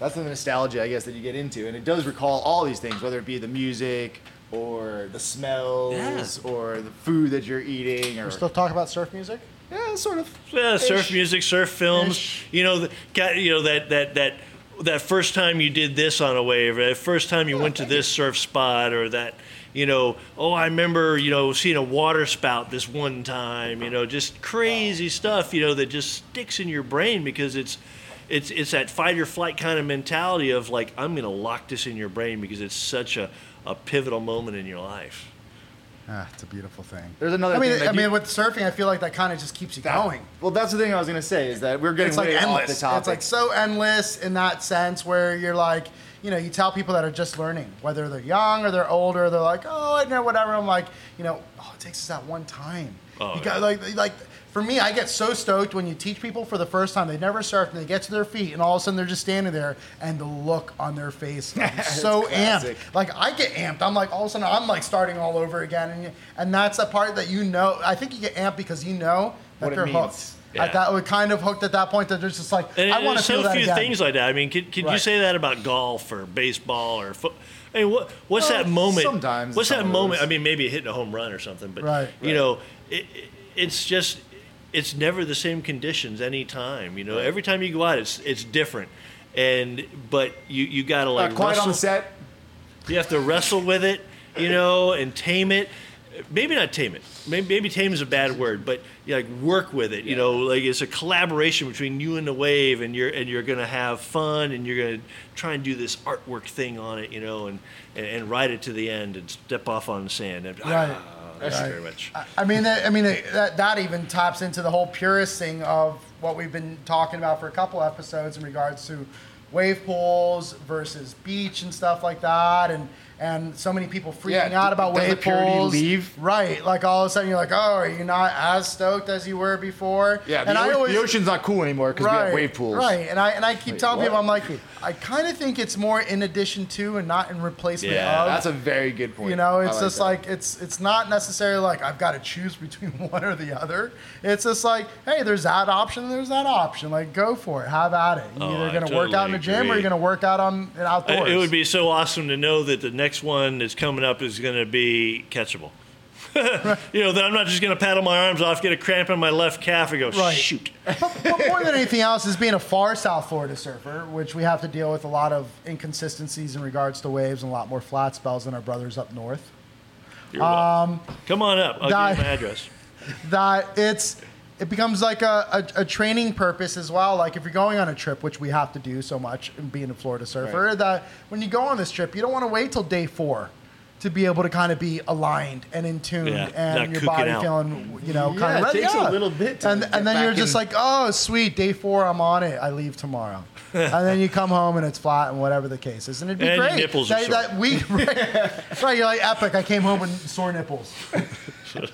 Speaker 1: that's the nostalgia, I guess, that you get into, and it does recall all these things, whether it be the music or the smells or the food that you're eating, or
Speaker 2: We're still talking about surf music.
Speaker 1: yeah, sort of.
Speaker 3: Yeah, surf
Speaker 1: Ish.
Speaker 3: music, surf films.
Speaker 2: Ish.
Speaker 3: You know, the, got, you know that that that that first time you did this on a wave, or that first time you went to this surf spot, or that you know, oh, I remember you know seeing a water spout this one time. You know, just crazy stuff. You know that just sticks in your brain because it's. It's, it's that fight or flight kind of mentality of like I'm gonna lock this in your brain because it's such a, a pivotal moment in your life.
Speaker 2: Ah, it's a beautiful thing.
Speaker 1: There's another.
Speaker 2: I mean,
Speaker 1: thing that
Speaker 2: I
Speaker 1: you-
Speaker 2: mean, with surfing, I feel like that kind of just keeps you going.
Speaker 1: Well, that's the thing I was gonna say is that we're getting
Speaker 2: It's like
Speaker 1: way off the
Speaker 2: endless.
Speaker 1: topic.
Speaker 2: It's like so endless in that sense where you're like, you know, you tell people that are just learning, whether they're young or they're older, they're like, oh, I know whatever. I'm like, you know, oh, it takes us that one time.
Speaker 3: Oh,
Speaker 2: you got
Speaker 3: yeah.
Speaker 2: like like for me, I get so stoked when you teach people for the first time. They never surfed and they get to their feet, and all of a sudden they're just standing there, and the look on their face. I'm so amped.
Speaker 1: classic.
Speaker 2: Like I get amped. I'm like all of a sudden I'm like starting all over again, and you- and that's the part that you know. I think you get amped because you know that
Speaker 1: What it
Speaker 2: they're
Speaker 1: means.
Speaker 2: hooked.
Speaker 3: Yeah.
Speaker 2: At that, we're kind of hooked at that point that they're just like,
Speaker 3: And
Speaker 2: I want to
Speaker 3: there's
Speaker 2: feel
Speaker 3: so
Speaker 2: that
Speaker 3: few
Speaker 2: again.
Speaker 3: things like that. I mean, could, could you
Speaker 2: Right.
Speaker 3: say that about golf or baseball or foot? I mean, what what's
Speaker 1: Well,
Speaker 2: Uh,
Speaker 3: that moment?
Speaker 1: sometimes
Speaker 3: what's
Speaker 1: some
Speaker 3: that
Speaker 1: of
Speaker 3: moment?
Speaker 1: those.
Speaker 3: I mean, maybe hitting a home run or something, but
Speaker 2: Right.
Speaker 3: you know, it, it- it's just it's never the same conditions any time. You know, every time you go out, it's it's different. And but you you gotta like
Speaker 1: Uh, quiet on
Speaker 3: wrestle-
Speaker 1: the set.
Speaker 3: you have to wrestle with it, you know, and tame it. Maybe not tame it. Maybe, maybe tame is a bad word, but you like work with it. You know, like it's a collaboration between you and the wave, and you're and you're gonna have fun, and you're gonna try and do this artwork thing on it, you know, and and, and ride it to the end, and step off on the sand. And, ah,
Speaker 2: Right.
Speaker 3: That's
Speaker 2: Right.
Speaker 3: very much.
Speaker 2: I- I mean, that, I mean that, that even taps into the whole purist thing of what we've been talking about for a couple episodes in regards to wave pools versus beach and stuff like that, and and so many people freaking
Speaker 1: Yeah,
Speaker 2: out about
Speaker 1: does the
Speaker 2: wave
Speaker 1: purity
Speaker 2: pools.
Speaker 1: leave?
Speaker 2: Right, like all of a sudden you're like, oh, are you not as stoked as you were before?
Speaker 1: Yeah, the,
Speaker 2: and I
Speaker 1: o-
Speaker 2: always
Speaker 1: the ocean's not cool anymore because we have wave pools.
Speaker 2: Right, and I and I keep
Speaker 1: Wait,
Speaker 2: telling
Speaker 1: what?
Speaker 2: people, I'm like, I kind of think it's more in addition to and not in replacement
Speaker 3: Yeah,
Speaker 2: of.
Speaker 1: That's a very good point.
Speaker 2: You know, it's
Speaker 1: I
Speaker 2: just
Speaker 1: that.
Speaker 2: like it's it's not necessarily like I've got to choose between one or the other. It's just like, hey, there's that option, and there's that option. Like, go for it. Have at it. You're
Speaker 3: Oh,
Speaker 2: either
Speaker 3: I
Speaker 2: gonna work
Speaker 3: totally
Speaker 2: out in the gym or
Speaker 3: agree.
Speaker 2: you're gonna work out on and outdoors.
Speaker 3: It would be so awesome to know that the next one that's coming up is going to be catchable. you know, that I'm not just going to paddle my arms off, get a cramp in my left calf, and go,
Speaker 2: Right.
Speaker 3: shoot.
Speaker 2: but, but more than anything else is being a far South Florida surfer, which we have to deal with a lot of inconsistencies in regards to waves and a lot more flat spells than our brothers up north.
Speaker 3: You're welcome.
Speaker 2: Um,
Speaker 3: Come on up. I'll
Speaker 2: die-
Speaker 3: give you my address.
Speaker 2: that it's it becomes like a, a, a training purpose as well. Like if you're going on a trip, which we have to do so much and being a Florida surfer, that when you go on this trip, you don't want to wait till day four to be able to kind of be aligned and in tune
Speaker 3: Yeah, not
Speaker 2: and your
Speaker 3: kooking
Speaker 2: body
Speaker 3: out.
Speaker 2: feeling, you know,
Speaker 1: Yeah,
Speaker 2: kind
Speaker 1: it
Speaker 2: of ready.
Speaker 1: takes a
Speaker 2: yeah.
Speaker 1: little bit to
Speaker 2: and,
Speaker 1: get
Speaker 2: and then you're
Speaker 1: back
Speaker 2: just
Speaker 1: in-
Speaker 2: like, oh, sweet, day four, I'm on it. I leave tomorrow. and then you come home and it's flat and whatever the case is. And it'd be
Speaker 3: And your
Speaker 2: great.
Speaker 3: nipples are
Speaker 2: That-
Speaker 3: sore.
Speaker 2: that week, right, right, you're like, epic. I came home with sore nipples.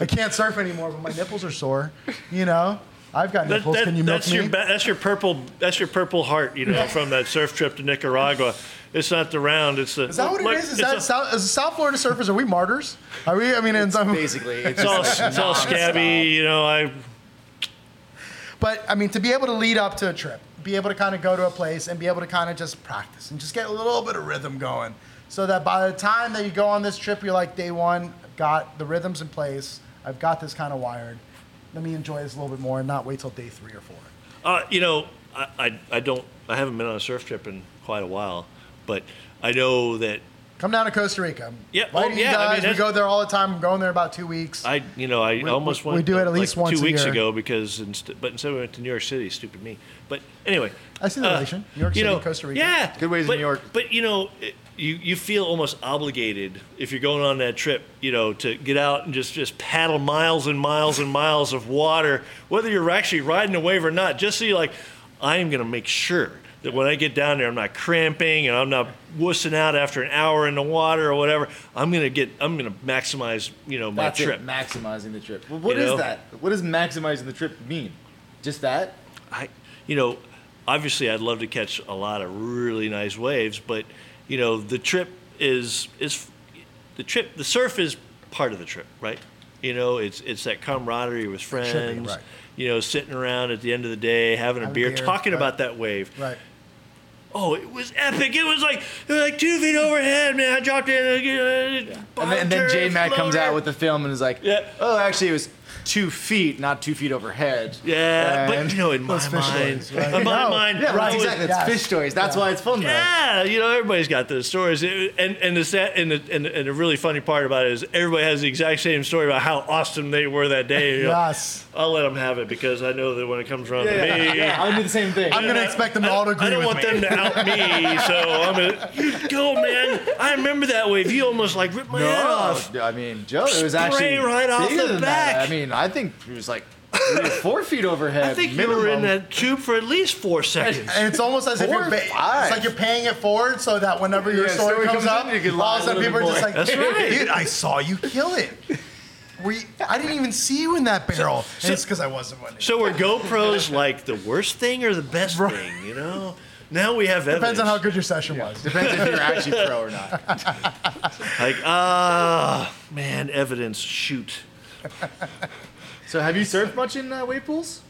Speaker 2: I can't surf anymore, but my nipples are sore. You know, I've got
Speaker 3: That,
Speaker 2: nipples.
Speaker 3: that-
Speaker 2: Can you milk
Speaker 3: that's
Speaker 2: me?
Speaker 3: your ba- that's your purple that's your purple heart, you know, from that surf trip to Nicaragua. It's not the round. It's the
Speaker 2: is that what
Speaker 3: look,
Speaker 2: it is? Is
Speaker 3: it's
Speaker 2: that
Speaker 3: a-
Speaker 2: South, is South Florida surfers? Are we martyrs? Are we? I mean, in some,
Speaker 1: basically it's
Speaker 3: it's all,
Speaker 1: just
Speaker 3: it's all
Speaker 1: nonstop.
Speaker 3: scabby, you know. I
Speaker 2: but I mean, to be able to lead up to a trip, be able to kind of go to a place and be able to kind of just practice and just get a little bit of rhythm going, so that by the time that you go on this trip, you're like day one, I've got the rhythms in place. I've got this kind of wired. Let me enjoy this a little bit more and not wait till day three or four.
Speaker 3: Uh, you know, I, I, I don't, I haven't been on a surf trip in quite a while, but I know that
Speaker 2: Come down to Costa Rica.
Speaker 3: Yeah,
Speaker 2: Why
Speaker 3: oh,
Speaker 2: do you
Speaker 3: yeah, I mean,
Speaker 2: guys? we
Speaker 3: that's-
Speaker 2: go there all the time. I'm going there about two weeks.
Speaker 3: I, you know, I almost
Speaker 2: we-
Speaker 3: went.
Speaker 2: we do it at least
Speaker 3: like
Speaker 2: once a
Speaker 3: two weeks
Speaker 2: year.
Speaker 3: ago because, inst- but instead we went to New York City. Stupid me. But anyway, uh,
Speaker 2: I see the relation. New York
Speaker 3: you
Speaker 2: City,
Speaker 3: know,
Speaker 2: Costa Rica.
Speaker 3: Yeah,
Speaker 1: Good ways in
Speaker 3: but,
Speaker 1: New York.
Speaker 3: But you know, it, you you feel almost obligated if you're going on that trip, you know, to get out and just just paddle miles and miles and miles of water, whether you're actually riding a wave or not. Just so you like, I am going to make sure that when I get down there, I'm not cramping and I'm not wussing out after an hour in the water or whatever. I'm going to get. I'm going to maximize, you know, my
Speaker 1: That's
Speaker 3: trip.
Speaker 1: it. Maximizing the trip. Well, what
Speaker 3: You
Speaker 1: is
Speaker 3: know?
Speaker 1: that? What does maximizing the trip mean? Just that?
Speaker 3: I, you know, obviously I'd love to catch a lot of really nice waves, but you know, the trip is is the trip. The surf is part of the trip, right? You know, it's it's that camaraderie with
Speaker 2: should be,
Speaker 3: friends.
Speaker 2: right.
Speaker 3: You know, sitting around at the end of the day, having a
Speaker 2: Having a
Speaker 3: beer,
Speaker 2: beer,
Speaker 3: talking
Speaker 2: right.
Speaker 3: about that wave.
Speaker 2: right.
Speaker 3: Oh, it was epic! It was like it was like two feet overhead, man. I dropped in. Uh, yeah.
Speaker 1: And then, and then J Mac comes out with the film and is like,
Speaker 3: Yeah.
Speaker 1: oh, actually, it was two feet, not two feet overhead.
Speaker 3: Yeah,
Speaker 1: And-
Speaker 3: but you know, in my
Speaker 2: Those fish
Speaker 3: mind,
Speaker 2: stories, right?
Speaker 3: in my
Speaker 2: No,
Speaker 3: mind,
Speaker 1: yeah,
Speaker 3: I
Speaker 1: right,
Speaker 3: was-
Speaker 1: exactly. It's
Speaker 2: yeah.
Speaker 1: fish stories. That's why it's fun, though.
Speaker 3: Yeah, you know everybody's got those stories, It- and and the sad, and, the, and the- and the really funny part about it is everybody has the exact same story about how awesome they were that day. you know.
Speaker 2: Yes.
Speaker 3: I'll let them have it because I know that when it comes around
Speaker 1: Yeah,
Speaker 3: to
Speaker 1: yeah,
Speaker 3: me,
Speaker 1: yeah, I would do the same thing.
Speaker 2: I'm gonna expect them to all to agree
Speaker 3: I don't
Speaker 2: with
Speaker 3: want
Speaker 2: me.
Speaker 3: them to out me. So I'm gonna you go, man. I remember that wave. You almost like ripped my head
Speaker 1: no,
Speaker 3: off.
Speaker 1: I mean, Joe, it was actually
Speaker 3: Spray right off
Speaker 1: bigger
Speaker 3: the
Speaker 1: than that.
Speaker 3: back.
Speaker 1: I mean, I think it was like four feet overhead.
Speaker 3: I think
Speaker 1: minimum.
Speaker 3: you were in that tube for at least four seconds.
Speaker 2: And it's almost as if
Speaker 1: Four
Speaker 2: you're
Speaker 1: or
Speaker 2: ba-
Speaker 1: five.
Speaker 2: it's like you're paying it forward, so that whenever your
Speaker 1: Yeah,
Speaker 2: story,
Speaker 1: story
Speaker 2: comes,
Speaker 1: comes
Speaker 2: up,
Speaker 1: in, you can
Speaker 2: all
Speaker 1: lie
Speaker 2: of a
Speaker 1: a
Speaker 2: sudden
Speaker 1: little
Speaker 2: people are just like,
Speaker 1: bit
Speaker 3: more. That's right.
Speaker 2: "Dude, I saw you kill it. Were you- I didn't even see you in that barrel. And it's because I wasn't winning.
Speaker 3: So were GoPros like the worst thing or the best
Speaker 2: Right.
Speaker 3: thing? You know. Now we have
Speaker 2: Depends
Speaker 3: evidence.
Speaker 2: on how good your session was.
Speaker 1: Depends if you're actually pro or not.
Speaker 3: Like ah, man, evidence. Shoot.
Speaker 1: So have you surfed much in uh, wave pools?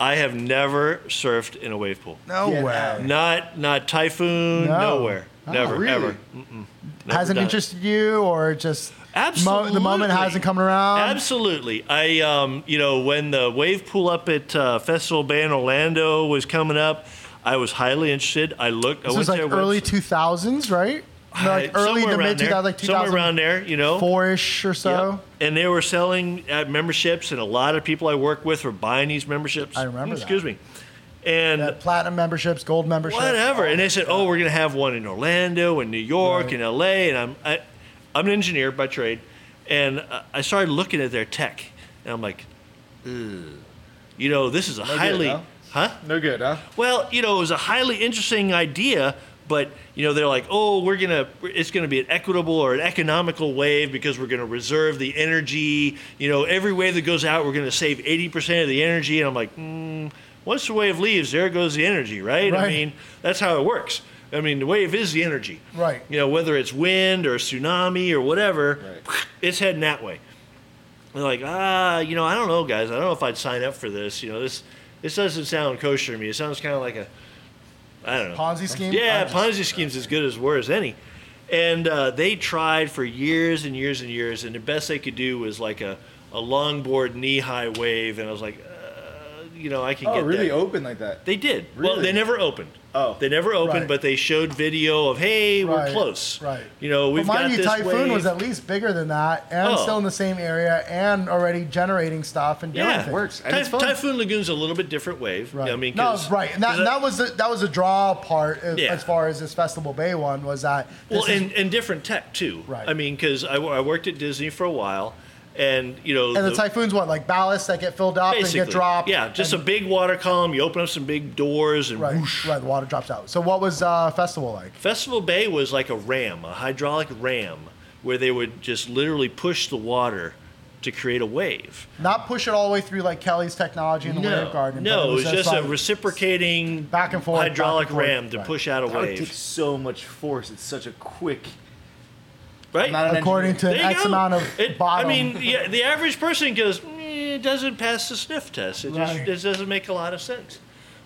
Speaker 3: I have never surfed in a wave pool.
Speaker 2: No
Speaker 1: Yeah.
Speaker 2: way.
Speaker 3: Not not typhoon.
Speaker 2: No. Ah,
Speaker 3: Nowhere. Never.
Speaker 1: really?
Speaker 3: Ever. Mm-mm. Never
Speaker 2: hasn't
Speaker 3: done it.
Speaker 2: interested you, or just
Speaker 3: Absolutely.
Speaker 2: mo- the moment hasn't come around.
Speaker 3: Absolutely. I, um, you know, when the wave pool up at uh, Festival Bay in Orlando was coming up, I was highly interested. I looked. I
Speaker 2: This
Speaker 3: went
Speaker 2: was like
Speaker 3: to their
Speaker 2: early
Speaker 3: website.
Speaker 2: two thousands, right? No, like
Speaker 3: Uh,
Speaker 2: early
Speaker 3: somewhere
Speaker 2: to
Speaker 3: around
Speaker 2: mid two
Speaker 3: there.
Speaker 2: thousand, like two
Speaker 3: somewhere around
Speaker 2: thousand
Speaker 3: there. You know.
Speaker 2: four ish or so.
Speaker 3: Yep. And they were selling uh, memberships, and a lot of people I work with were buying these memberships.
Speaker 2: I remember that.
Speaker 3: Excuse me. And
Speaker 2: That platinum memberships, gold memberships,
Speaker 3: whatever. And they said, "Oh, we're gonna have one in Orlando, and New York, and L.A." And I'm I, I'm an engineer by trade, and uh, I started looking at their tech, and I'm like, "Ugh." you know, this is a
Speaker 1: good,
Speaker 3: highly,
Speaker 1: huh?
Speaker 3: huh?
Speaker 1: No good, huh?
Speaker 3: Well, you know, it was a highly interesting idea, but you know, they're like, oh, we're gonna, it's gonna be an equitable or an economical wave because we're gonna reserve the energy. You know, every wave that goes out, we're gonna save eighty percent of the energy. And I'm like, mm, once the wave leaves, there goes the energy, right? I
Speaker 2: Right.
Speaker 3: mean, that's how it works. I mean, the wave is the energy,
Speaker 2: Right.
Speaker 3: You know, whether it's wind or tsunami or whatever,
Speaker 1: Right.
Speaker 3: it's heading that way. They're like, ah, you know, I don't know, guys. I don't know if I'd sign up for this. You know, this this doesn't sound kosher to me. It sounds kind of like a, I don't know.
Speaker 2: Ponzi scheme.
Speaker 3: Yeah,
Speaker 2: I'm just-
Speaker 3: Ponzi scheme's as good as word as any. And uh, they tried for years and years and years, and the best they could do was like a, a longboard knee high wave. And I was like, uh, you know, I can
Speaker 1: Oh,
Speaker 3: get
Speaker 1: really
Speaker 3: that.
Speaker 1: open like that?
Speaker 3: They did. Well,
Speaker 1: Really?
Speaker 3: they never opened.
Speaker 1: Oh.
Speaker 3: they never opened,
Speaker 2: Right.
Speaker 3: but they showed video of hey, we're
Speaker 2: Right,
Speaker 3: close.
Speaker 2: right.
Speaker 3: You know, we've
Speaker 2: but mind
Speaker 3: got
Speaker 2: you,
Speaker 3: this
Speaker 2: Typhoon
Speaker 3: wave.
Speaker 2: was at least bigger than that, and
Speaker 3: Oh.
Speaker 2: still in the same area, and already generating stuff and doing
Speaker 3: yeah,
Speaker 2: things.
Speaker 1: works, and
Speaker 3: Ty-
Speaker 1: it's fun.
Speaker 3: Typhoon Lagoon's a little bit different wave.
Speaker 2: Right.
Speaker 3: I mean,
Speaker 2: no,
Speaker 3: 'cause-
Speaker 2: right, and that,
Speaker 3: 'cause I-
Speaker 2: that was the, that was the draw part as,
Speaker 3: Yeah.
Speaker 2: as far as this Festival Bay one was that. This
Speaker 3: well,
Speaker 2: is-
Speaker 3: and, and different tech too.
Speaker 2: Right.
Speaker 3: I mean, because I, wo- I worked at Disney for a while, and you know,
Speaker 2: and the, typhoons what like ballasts that get filled up and
Speaker 3: basically,
Speaker 2: get dropped.
Speaker 3: yeah, just
Speaker 2: and,
Speaker 3: a big water column. You open up some big doors, and
Speaker 2: right,
Speaker 3: whoosh.
Speaker 2: right. The water drops out. So what was uh, Festival like?
Speaker 3: Festival Bay was like a ram, a hydraulic ram, where they would just literally push the water to create a wave.
Speaker 2: Not push it all the way through like Kelly's technology in the
Speaker 3: no,
Speaker 2: wave garden. but
Speaker 3: no, it was just, a
Speaker 2: like-
Speaker 3: reciprocating
Speaker 2: back and forth, back and
Speaker 3: hydraulic
Speaker 2: forth,
Speaker 3: ram to
Speaker 2: right.
Speaker 3: push out a
Speaker 1: That would
Speaker 3: wave,
Speaker 1: take so much force. It's such a quick.
Speaker 3: right?
Speaker 1: I'm not an
Speaker 2: according
Speaker 1: engineer.
Speaker 2: to an
Speaker 3: There you
Speaker 2: X
Speaker 3: go.
Speaker 2: amount of
Speaker 3: It-
Speaker 2: bottom.
Speaker 3: I mean, yeah, the average person goes, "Eh, it doesn't pass the sniff test. It
Speaker 2: Right.
Speaker 3: just it doesn't make a lot of sense.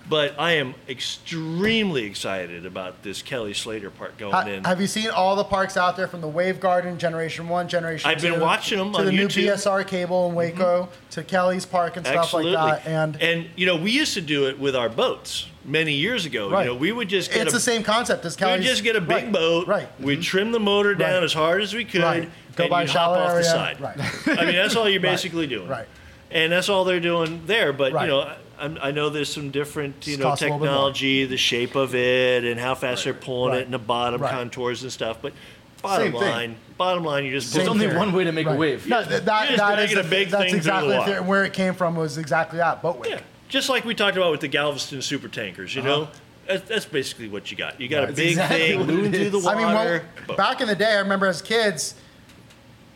Speaker 3: But I am extremely excited about this Kelly Slater part going
Speaker 2: Ha-
Speaker 3: in.
Speaker 2: have you seen all the parks out there from the Wave Garden, Generation One, Generation
Speaker 3: I've been
Speaker 2: two,
Speaker 3: watching 'em
Speaker 2: to
Speaker 3: on
Speaker 2: the new
Speaker 3: YouTube. Mm-hmm.
Speaker 2: BSR cable in Waco to Kelly's Park and stuff
Speaker 3: Absolutely.
Speaker 2: like that. And,
Speaker 3: you know, we used to do it with our boats many years ago.
Speaker 2: Right.
Speaker 3: You know, we would just get
Speaker 2: it's
Speaker 3: a,
Speaker 2: the same concept as
Speaker 3: We
Speaker 2: Kelly's.
Speaker 3: would just get a big
Speaker 2: right,
Speaker 3: boat.
Speaker 2: right? Mm-hmm.
Speaker 3: We'd trim the motor down
Speaker 2: Right.
Speaker 3: as hard as we could.
Speaker 2: Right. Go
Speaker 3: and
Speaker 2: by
Speaker 3: you'd
Speaker 2: a
Speaker 3: hop
Speaker 2: shallow
Speaker 3: off the
Speaker 2: area.
Speaker 3: side.
Speaker 2: Right.
Speaker 3: I mean, that's all you're basically doing.
Speaker 2: Right.
Speaker 3: And that's all they're doing there. But
Speaker 2: Right.
Speaker 3: you know, I, I'm- I know there's some different you
Speaker 2: It's
Speaker 3: know
Speaker 2: cost a little bit more.
Speaker 3: technology, the shape of it, and how fast they're pulling
Speaker 2: Right.
Speaker 3: it, and the bottom
Speaker 2: Right.
Speaker 3: contours and stuff. But bottom
Speaker 1: Same thing.
Speaker 3: line, bottom line, you're just
Speaker 1: There's
Speaker 3: pulling
Speaker 1: only
Speaker 3: it.
Speaker 1: one way to make
Speaker 2: Right.
Speaker 1: a wave.
Speaker 2: No, th- that, that
Speaker 3: just gotta
Speaker 2: is
Speaker 3: get a
Speaker 2: the-
Speaker 3: big
Speaker 2: that's
Speaker 3: thing through the
Speaker 2: exactly
Speaker 3: water.
Speaker 2: theory- where it came from was exactly that boat wake.
Speaker 3: Yeah, just like we talked about with the Galveston super tankers,
Speaker 2: Uh-huh.
Speaker 3: you know. That's, that's basically what you got. You got a
Speaker 1: That's
Speaker 3: big
Speaker 1: exactly
Speaker 3: thing
Speaker 1: what it
Speaker 3: moving through
Speaker 1: is.
Speaker 3: the
Speaker 1: I
Speaker 2: I
Speaker 3: water.
Speaker 2: mean, well,
Speaker 3: boat.
Speaker 2: back in the day, I remember as kids,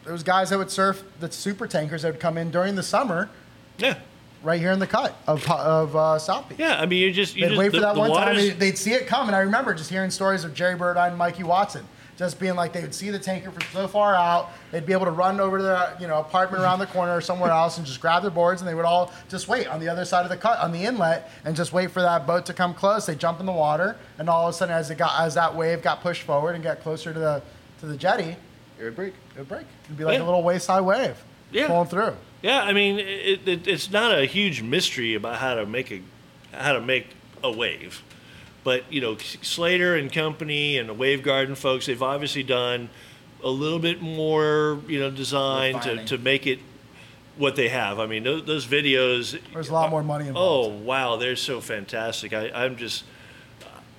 Speaker 2: there was guys that would surf the super tankers that would come in during the summer
Speaker 3: yeah,
Speaker 2: right here in the cut of of uh, South Beach.
Speaker 3: yeah. I mean, you just you
Speaker 2: They'd
Speaker 3: just
Speaker 2: wait
Speaker 3: the,
Speaker 2: for that
Speaker 3: the
Speaker 2: one time.
Speaker 3: water's-
Speaker 2: and They'd see it come, and I remember just hearing stories of Jerry Birdine, Mikey Watson, just being like they would see the tanker from so far out, they'd be able to run over to their you know apartment around the corner or somewhere else, and just grab their boards, and they would all just wait on the other side of the cut on the inlet and just wait for that boat to come close. They jump in the water, and all of a sudden, as it got as that wave got pushed forward and got closer to the to the jetty,
Speaker 1: It would break.
Speaker 2: it would break. It'd be like
Speaker 3: Yeah.
Speaker 2: a little waist high wave.
Speaker 3: Yeah.
Speaker 2: Pulling through.
Speaker 3: Yeah, I mean, it, it, it's not a huge mystery about how to make a how to make a wave, but you know, Slater and company and the Wave Garden folks, they've obviously done a little bit more, you know, design to,
Speaker 1: Refining.
Speaker 3: to make it what they have. I mean, those, those videos.
Speaker 2: There's a lot more money
Speaker 3: Oh
Speaker 2: involved.
Speaker 3: wow, they're so fantastic. I, I'm just,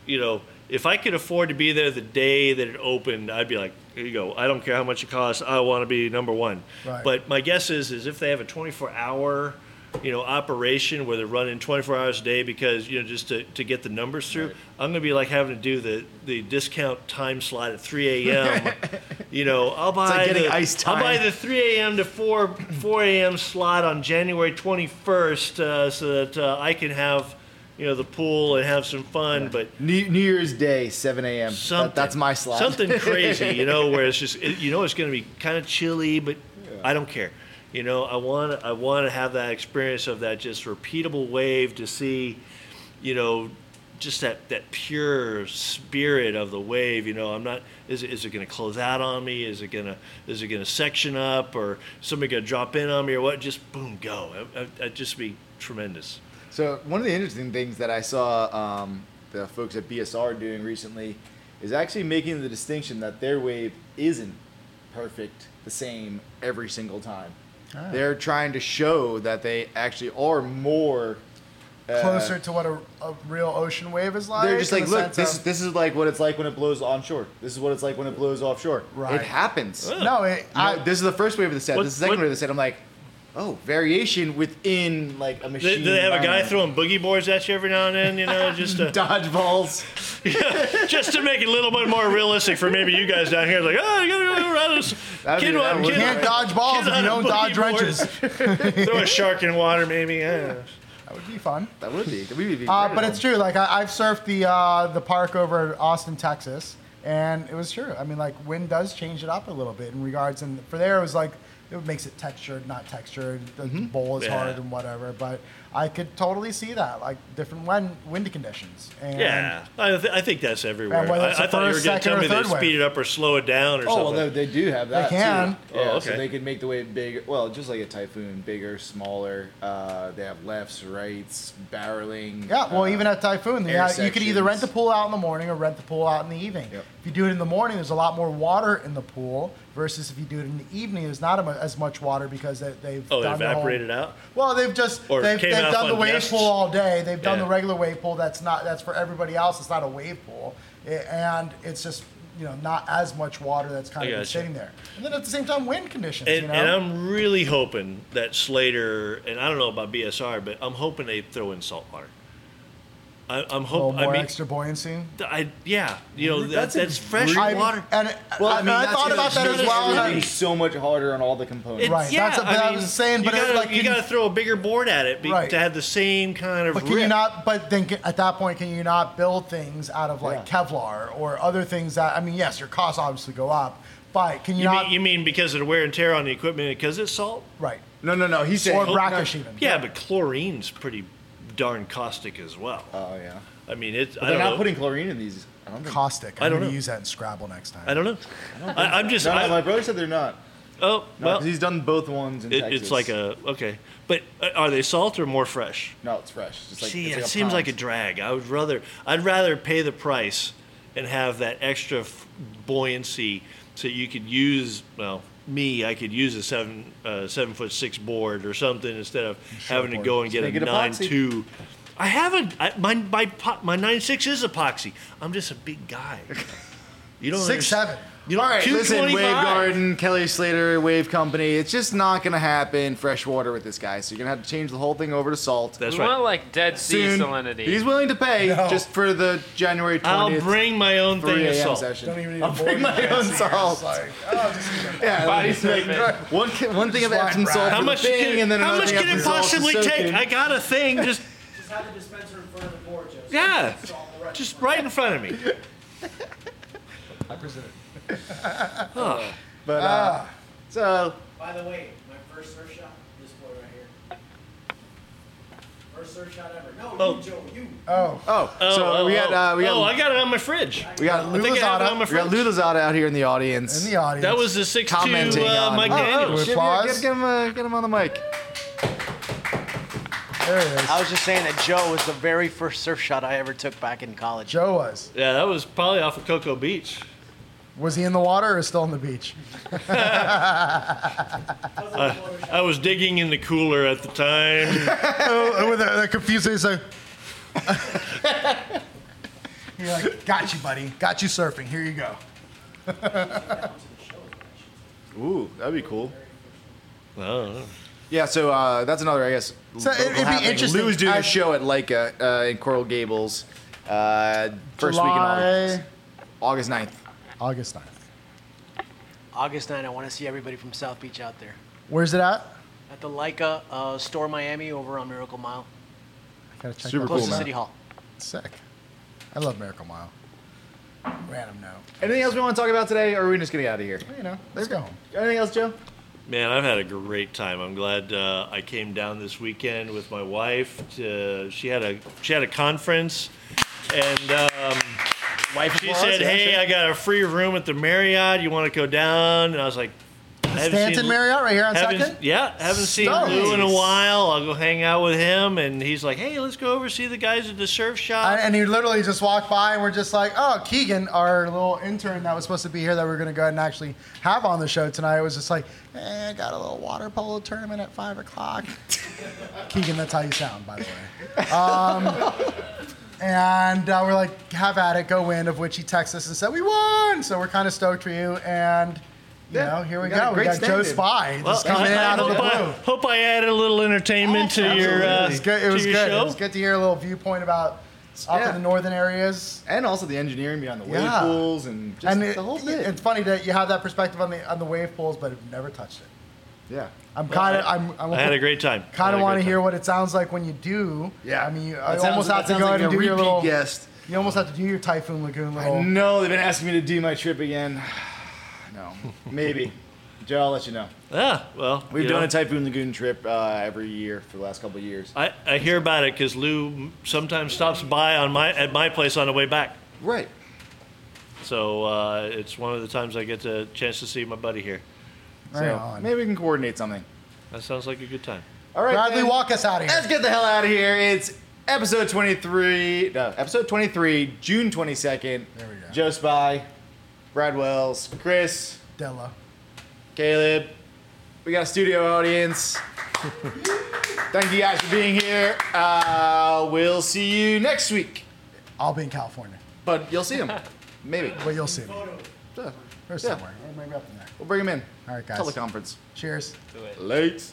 Speaker 3: you know, if I could afford to be there the day that it opened, I'd be like, here you go. I don't care how much it costs. I want to be number one.
Speaker 2: Right.
Speaker 3: But my guess is, is if they have a 24 hour you know, operation where they're running 24 hours a day because you know just to, to get the numbers through. I'm gonna be like having to do the the discount time slot at 3 a.m. you know, I'll buy
Speaker 1: like getting
Speaker 3: the,
Speaker 1: ice
Speaker 3: I'll buy
Speaker 1: time.
Speaker 3: the 3 a.m. to 4 4 a.m. slot on January 21st uh, so that uh, I can have you know the pool and have some fun, but
Speaker 1: New, New Year's Day, 7 a.m.
Speaker 3: something.
Speaker 1: That, that's my slot.
Speaker 3: Something crazy, you know, where it's just it, you know it's going to be kind of chilly, but I don't care. You know, I want I want to have that experience of that just repeatable wave to see, you know, just that that pure spirit of the wave. You know, I'm not is it, is it going to close out on me? Is it going to is it going to section up or somebody going to drop in on me or what? Just boom, go. I, I, would just be tremendous.
Speaker 1: So one of the interesting things that I saw um, the folks at BSR doing recently is actually making the distinction that their wave isn't perfect the same every single time.
Speaker 2: Ah.
Speaker 1: They're trying to show that they actually are more uh,
Speaker 2: Closer to what a, a real ocean wave is like.
Speaker 1: They're just
Speaker 2: in
Speaker 1: like,
Speaker 2: the
Speaker 1: look,
Speaker 2: sense
Speaker 1: this
Speaker 2: of-
Speaker 1: this is like what it's like when it blows onshore. This is what it's like when it blows offshore.
Speaker 2: Right.
Speaker 1: It happens.
Speaker 3: Yeah.
Speaker 2: no, it, I,
Speaker 1: I, this is the first wave of the set.
Speaker 3: What-
Speaker 1: this is the second
Speaker 3: what-
Speaker 1: wave of the set. I'm like, oh, variation within like a
Speaker 3: They,
Speaker 1: machine.
Speaker 3: do they have a guy
Speaker 1: environment.
Speaker 3: throwing boogie boards at you every now and then? You know, just to,
Speaker 1: dodgeballs?
Speaker 3: just to make it a little bit more realistic for maybe you guys down here, like, oh, you gotta go around this
Speaker 1: That'd
Speaker 3: kid
Speaker 1: be- that
Speaker 3: one,
Speaker 1: would
Speaker 3: kid
Speaker 1: be-
Speaker 2: can't
Speaker 3: one,
Speaker 2: dodge balls if
Speaker 3: kid
Speaker 2: you
Speaker 3: on a
Speaker 2: don't dodge
Speaker 3: boogie board.
Speaker 2: wrenches.
Speaker 3: Throw a shark in water, maybe. Yeah.
Speaker 2: That would be fun.
Speaker 1: That would be. That would be
Speaker 2: Uh,
Speaker 1: great.
Speaker 2: but it's true. Like I, I've surfed the uh, the park over at Austin, Texas, and it was true. I mean, like wind does change it up a little bit in regards. And for there, it was like it makes it textured, not textured. The bowl is
Speaker 3: Yeah.
Speaker 2: hard and whatever. But I could totally see that, like different wind wind conditions. And
Speaker 3: Yeah, I, th- I think that's everywhere.
Speaker 2: And whether
Speaker 3: I,
Speaker 2: it's
Speaker 3: I
Speaker 2: the
Speaker 3: thought you were
Speaker 2: first,
Speaker 3: going to
Speaker 2: second,
Speaker 3: tell
Speaker 2: or
Speaker 3: me they
Speaker 2: third wave.
Speaker 3: speed it up or slow it down or
Speaker 1: Oh, well,
Speaker 3: something.
Speaker 1: no, they do have that. too.
Speaker 2: can.
Speaker 1: Yeah,
Speaker 3: Oh,
Speaker 1: so
Speaker 3: okay.
Speaker 1: they can make the wave big. Well, just like a typhoon, bigger, smaller. Uh, they have lefts, rights, barreling.
Speaker 2: Yeah, well,
Speaker 1: uh,
Speaker 2: even at Typhoon,
Speaker 1: air
Speaker 2: yeah, you could either rent the
Speaker 1: sections.
Speaker 2: pool out in the morning or rent the pool out in the evening.
Speaker 1: Yep.
Speaker 2: If you do it in the morning, there's a lot more water in the pool versus if you do it in the evening, there's not a mu- as much water because they, they've
Speaker 3: oh, they
Speaker 2: done the whole-
Speaker 3: evaporated out.
Speaker 2: Well, they've just
Speaker 3: Or
Speaker 2: they've,
Speaker 3: came
Speaker 2: they've
Speaker 3: out
Speaker 2: done the
Speaker 3: on
Speaker 2: wave
Speaker 3: nests.
Speaker 2: pool all day. They've done
Speaker 3: Yeah.
Speaker 2: the regular wave pool. That's not that's for everybody else. It's not a wave pool, I- and it's just you know not as much water that's kind
Speaker 3: I
Speaker 2: of been
Speaker 3: gotcha.
Speaker 2: sitting there. And then at the same time, wind conditions.
Speaker 3: And,
Speaker 2: you know,
Speaker 3: and I'm really hoping that Slater, and I don't know about BSR, but I'm hoping they throw in salt water. I, I'm
Speaker 2: a little
Speaker 3: hoping.
Speaker 2: more
Speaker 3: I mean,
Speaker 2: extra buoyancy.
Speaker 3: I, yeah, you know, that,
Speaker 1: That's a
Speaker 3: that's fresh
Speaker 2: I-
Speaker 3: water.
Speaker 2: and
Speaker 1: Well,
Speaker 2: I,
Speaker 1: I mean,
Speaker 2: I
Speaker 1: that's
Speaker 2: thought
Speaker 1: gonna-
Speaker 2: about that as
Speaker 1: it's
Speaker 2: well.
Speaker 1: gonna
Speaker 2: and I-
Speaker 1: be so much harder on all the components.
Speaker 2: Right. that's what- but I was saying,
Speaker 3: you
Speaker 2: but it's
Speaker 3: gotta,
Speaker 2: like,
Speaker 3: you
Speaker 2: can-
Speaker 3: got to throw a bigger board at it be,
Speaker 2: Right.
Speaker 3: to have the same kind of.
Speaker 2: But can you
Speaker 3: rip.
Speaker 2: not? But then ca- at that point, can you not build things out of like
Speaker 1: Yeah.
Speaker 2: Kevlar or other things that? I mean, yes, your costs obviously go up, but can you,
Speaker 3: You,
Speaker 2: not?
Speaker 3: mean, you mean because of the wear and tear on the equipment because it's salt?
Speaker 2: right.
Speaker 1: No, no, no. He's saying.
Speaker 2: Or
Speaker 1: no.
Speaker 2: brackish even.
Speaker 3: Yeah, but chlorine's pretty darn caustic as well.
Speaker 1: Oh yeah.
Speaker 3: I mean, it's. I
Speaker 1: They're
Speaker 3: don't
Speaker 1: not
Speaker 3: know.
Speaker 1: putting chlorine in these. I don't think.
Speaker 2: Caustic. I'm
Speaker 3: I don't
Speaker 2: gonna
Speaker 3: know.
Speaker 2: use that in Scrabble next time.
Speaker 3: I don't know. I, I'm just.
Speaker 1: No, no,
Speaker 3: I,
Speaker 1: my brother said they're not.
Speaker 3: oh
Speaker 1: No,
Speaker 3: well,
Speaker 1: 'cause he's done both ones in
Speaker 3: it,
Speaker 1: Texas.
Speaker 3: it's like a okay. But uh, are they salt or more fresh?
Speaker 1: No, it's fresh. It's just like,
Speaker 3: See,
Speaker 1: it's
Speaker 3: it
Speaker 1: like a
Speaker 3: seems like a
Speaker 1: pond.
Speaker 3: drag. I would rather. I'd rather pay the price and have that extra f- buoyancy so you could use. Well, me, I could use a seven uh, seven foot six board or something instead of having to
Speaker 2: board.
Speaker 3: go and get
Speaker 1: Just
Speaker 3: a
Speaker 1: make it
Speaker 3: nine
Speaker 1: epoxy.
Speaker 3: two. I haven't. I, my my po- my nine six is epoxy. I'm just a big guy. You don't
Speaker 2: Six
Speaker 3: understand-
Speaker 2: seven.
Speaker 3: You don't,
Speaker 1: All right, listen, Wave
Speaker 3: 225.
Speaker 1: Garden, Kelly Slater, Wave Company. It's just not going to happen fresh water with this guy. So you're going to have to change the whole thing over to salt.
Speaker 3: That's
Speaker 4: We
Speaker 3: right.
Speaker 4: want like Dead Sea
Speaker 1: Soon.
Speaker 4: salinity.
Speaker 1: He's willing to pay
Speaker 2: No.
Speaker 1: just for the January 20th.
Speaker 3: I'll bring my own
Speaker 1: 3
Speaker 3: thing of
Speaker 1: a.m.
Speaker 3: salt.
Speaker 1: session.
Speaker 2: Don't even need
Speaker 1: I'll
Speaker 2: a
Speaker 1: bring
Speaker 2: board
Speaker 1: my
Speaker 2: and
Speaker 1: own
Speaker 2: fancy. It's
Speaker 1: salt.
Speaker 2: like, oh, just use it.
Speaker 1: Yeah,
Speaker 4: Body
Speaker 1: like,
Speaker 4: treatment.
Speaker 1: one ki- one thing of
Speaker 2: Just
Speaker 1: Epsom
Speaker 2: whack
Speaker 1: salt,
Speaker 2: Brad.
Speaker 1: for
Speaker 3: How
Speaker 1: the
Speaker 3: much
Speaker 1: thing,
Speaker 3: can it,
Speaker 1: and then
Speaker 3: how
Speaker 1: another
Speaker 3: much
Speaker 1: thing
Speaker 3: can it
Speaker 1: Epsom salt to
Speaker 3: possibly
Speaker 1: soak
Speaker 3: take?
Speaker 1: in.
Speaker 3: I got a thing. Just
Speaker 5: Just have a dispenser in front of the board, Joseph.
Speaker 3: yeah,
Speaker 5: It's all right.
Speaker 3: just right in front of me.
Speaker 1: But uh, so
Speaker 5: By the way, my first surf shot, this boy right here. First surf shot ever. No,
Speaker 3: Oh.
Speaker 5: you, Joe, you.
Speaker 2: Oh,
Speaker 1: oh,
Speaker 3: Oh,
Speaker 1: so
Speaker 3: oh,
Speaker 1: we got uh, we got
Speaker 3: oh, I got it on my fridge.
Speaker 1: we got
Speaker 3: I think I have it
Speaker 1: Lulazada.
Speaker 3: on my
Speaker 1: We got
Speaker 3: fridge.
Speaker 1: Lulazada out here in the audience.
Speaker 2: in the audience.
Speaker 3: that was the six two
Speaker 1: commenting
Speaker 3: uh,
Speaker 1: on-
Speaker 3: Mike
Speaker 1: Oh, oh,
Speaker 3: Daniels.
Speaker 1: shit, yeah,
Speaker 2: Applause.
Speaker 1: Get, get him, uh, get him on the mic.
Speaker 2: there it is.
Speaker 5: I was just saying that Joe was the very first surf shot I ever took back in college.
Speaker 2: Joe was.
Speaker 3: Yeah, that was probably off of Cocoa Beach.
Speaker 2: Was he in the water or still on the beach?
Speaker 3: I was digging in the cooler at the time.
Speaker 2: Oh, with a, a confused face, like. You're like, got you, buddy. Got you surfing. Here you go.
Speaker 1: Ooh, that'd be cool.
Speaker 3: I don't know.
Speaker 1: Yeah, so uh, that's another, I guess.
Speaker 2: So it- it'd be
Speaker 1: happening.
Speaker 2: interesting
Speaker 1: Lou's doing a
Speaker 2: as-
Speaker 1: show at Leica uh, in Coral Gables uh, first week in
Speaker 2: July,
Speaker 1: August. August 9th.
Speaker 2: August 9th.
Speaker 5: August 9, I want to see everybody from South Beach out there.
Speaker 2: Where's it at?
Speaker 5: At the Leica uh, Store Miami over on Miracle Mile,
Speaker 2: Gotta check
Speaker 1: Super Cool,
Speaker 2: that
Speaker 5: close to
Speaker 1: man.
Speaker 5: City Hall.
Speaker 2: out. Sick. I love Miracle Mile. Random note.
Speaker 1: Anything else we want to talk about today, or are we just going to get out of here?
Speaker 2: You know, let's go home.
Speaker 1: Anything else, Joe?
Speaker 3: Man, I've had a great time. I'm glad uh, I came down this weekend with my wife. To, she had a she had a conference, and um,
Speaker 1: Wife
Speaker 3: she said, "Hey, I got a free room at the Marriott. You want to go down?" And I was like, I haven't
Speaker 2: Stanton
Speaker 3: seen-
Speaker 2: Marriott right here on
Speaker 3: haven't-
Speaker 2: second.
Speaker 3: Yeah, haven't seen
Speaker 2: Nice.
Speaker 3: Lou in a while. I'll go hang out with him, and he's like, "Hey, let's go over see the guys at the surf shop."
Speaker 2: I- and he literally just walked by, and we're just like, "Oh, Keegan, our little intern that was supposed to be here, that we are gonna go ahead and actually have on the show tonight, was just like, hey, I got a little water polo tournament at five o'clock." Keegan, that's how you sound, by the way. Um, and uh, we're like, "Have at it, go win." Of which he texted us and said, "We won!" So we're kind of stoked for you, and you
Speaker 1: Yeah,
Speaker 2: know, here we
Speaker 1: we got a
Speaker 2: go. We
Speaker 1: great
Speaker 2: got Joe
Speaker 1: stand-in.
Speaker 2: Spy
Speaker 3: Well,
Speaker 2: just coming in out of the
Speaker 3: hope, I,
Speaker 2: blue.
Speaker 3: hope I added a little entertainment to your uh,
Speaker 2: it was good. It
Speaker 3: to
Speaker 2: was
Speaker 3: your
Speaker 2: good.
Speaker 3: show.
Speaker 2: It was good to hear a little viewpoint about up
Speaker 1: Yeah.
Speaker 2: in the northern areas.
Speaker 1: And also the engineering behind the
Speaker 2: Yeah.
Speaker 1: wave pools and just
Speaker 2: and it-
Speaker 1: the whole
Speaker 2: it-
Speaker 1: bit.
Speaker 2: It's funny that you have that perspective on the on the wave pools, but have never touched it.
Speaker 1: yeah.
Speaker 2: I'm kind of I'm, I'm
Speaker 3: I had a great time. I had
Speaker 2: kind
Speaker 3: a
Speaker 2: of
Speaker 3: great
Speaker 2: want to
Speaker 3: time.
Speaker 2: hear what it sounds like when you do.
Speaker 1: Yeah.
Speaker 2: I mean, you
Speaker 1: That
Speaker 2: I
Speaker 1: sounds-
Speaker 2: almost
Speaker 1: that
Speaker 2: have to
Speaker 1: sounds
Speaker 2: go
Speaker 1: like
Speaker 2: ahead and
Speaker 1: a
Speaker 2: do your
Speaker 1: repeat
Speaker 2: little.
Speaker 1: guest.
Speaker 2: You almost have to do your Typhoon Lagoon
Speaker 1: I
Speaker 2: little.
Speaker 1: know they've been asking me to do my trip again. no, maybe. Joe, I'll let you know.
Speaker 3: Yeah, well,
Speaker 1: We've
Speaker 3: you
Speaker 1: done
Speaker 3: know,
Speaker 1: a Typhoon Lagoon trip uh, every year for the last couple of years.
Speaker 3: I, I hear about it because Lou sometimes stops by on my at my place on the way back.
Speaker 1: Right.
Speaker 3: So uh, it's one of the times I get the chance to see my buddy here.
Speaker 2: Right
Speaker 1: so
Speaker 2: on.
Speaker 1: maybe we can coordinate something.
Speaker 3: That sounds like a good time.
Speaker 1: All right,
Speaker 2: Bradley,
Speaker 1: then.
Speaker 2: walk us out of
Speaker 1: Let's
Speaker 2: here.
Speaker 1: get the hell out of here. It's episode 23, no, episode 23, June 22nd.
Speaker 2: There we go.
Speaker 1: Joe Spy, Brad Wells, Chris,
Speaker 2: Della.
Speaker 1: Caleb. We got a studio audience. Thank you guys for being here. Uh, we'll see you next week.
Speaker 2: I'll be in California,
Speaker 1: But you'll see them. Maybe.
Speaker 2: but you'll see me.
Speaker 1: Yeah.
Speaker 2: Or somewhere. Or maybe up in there.
Speaker 1: We'll bring them in.
Speaker 2: All right, guys.
Speaker 1: Teleconference.
Speaker 2: Cheers.
Speaker 1: Late.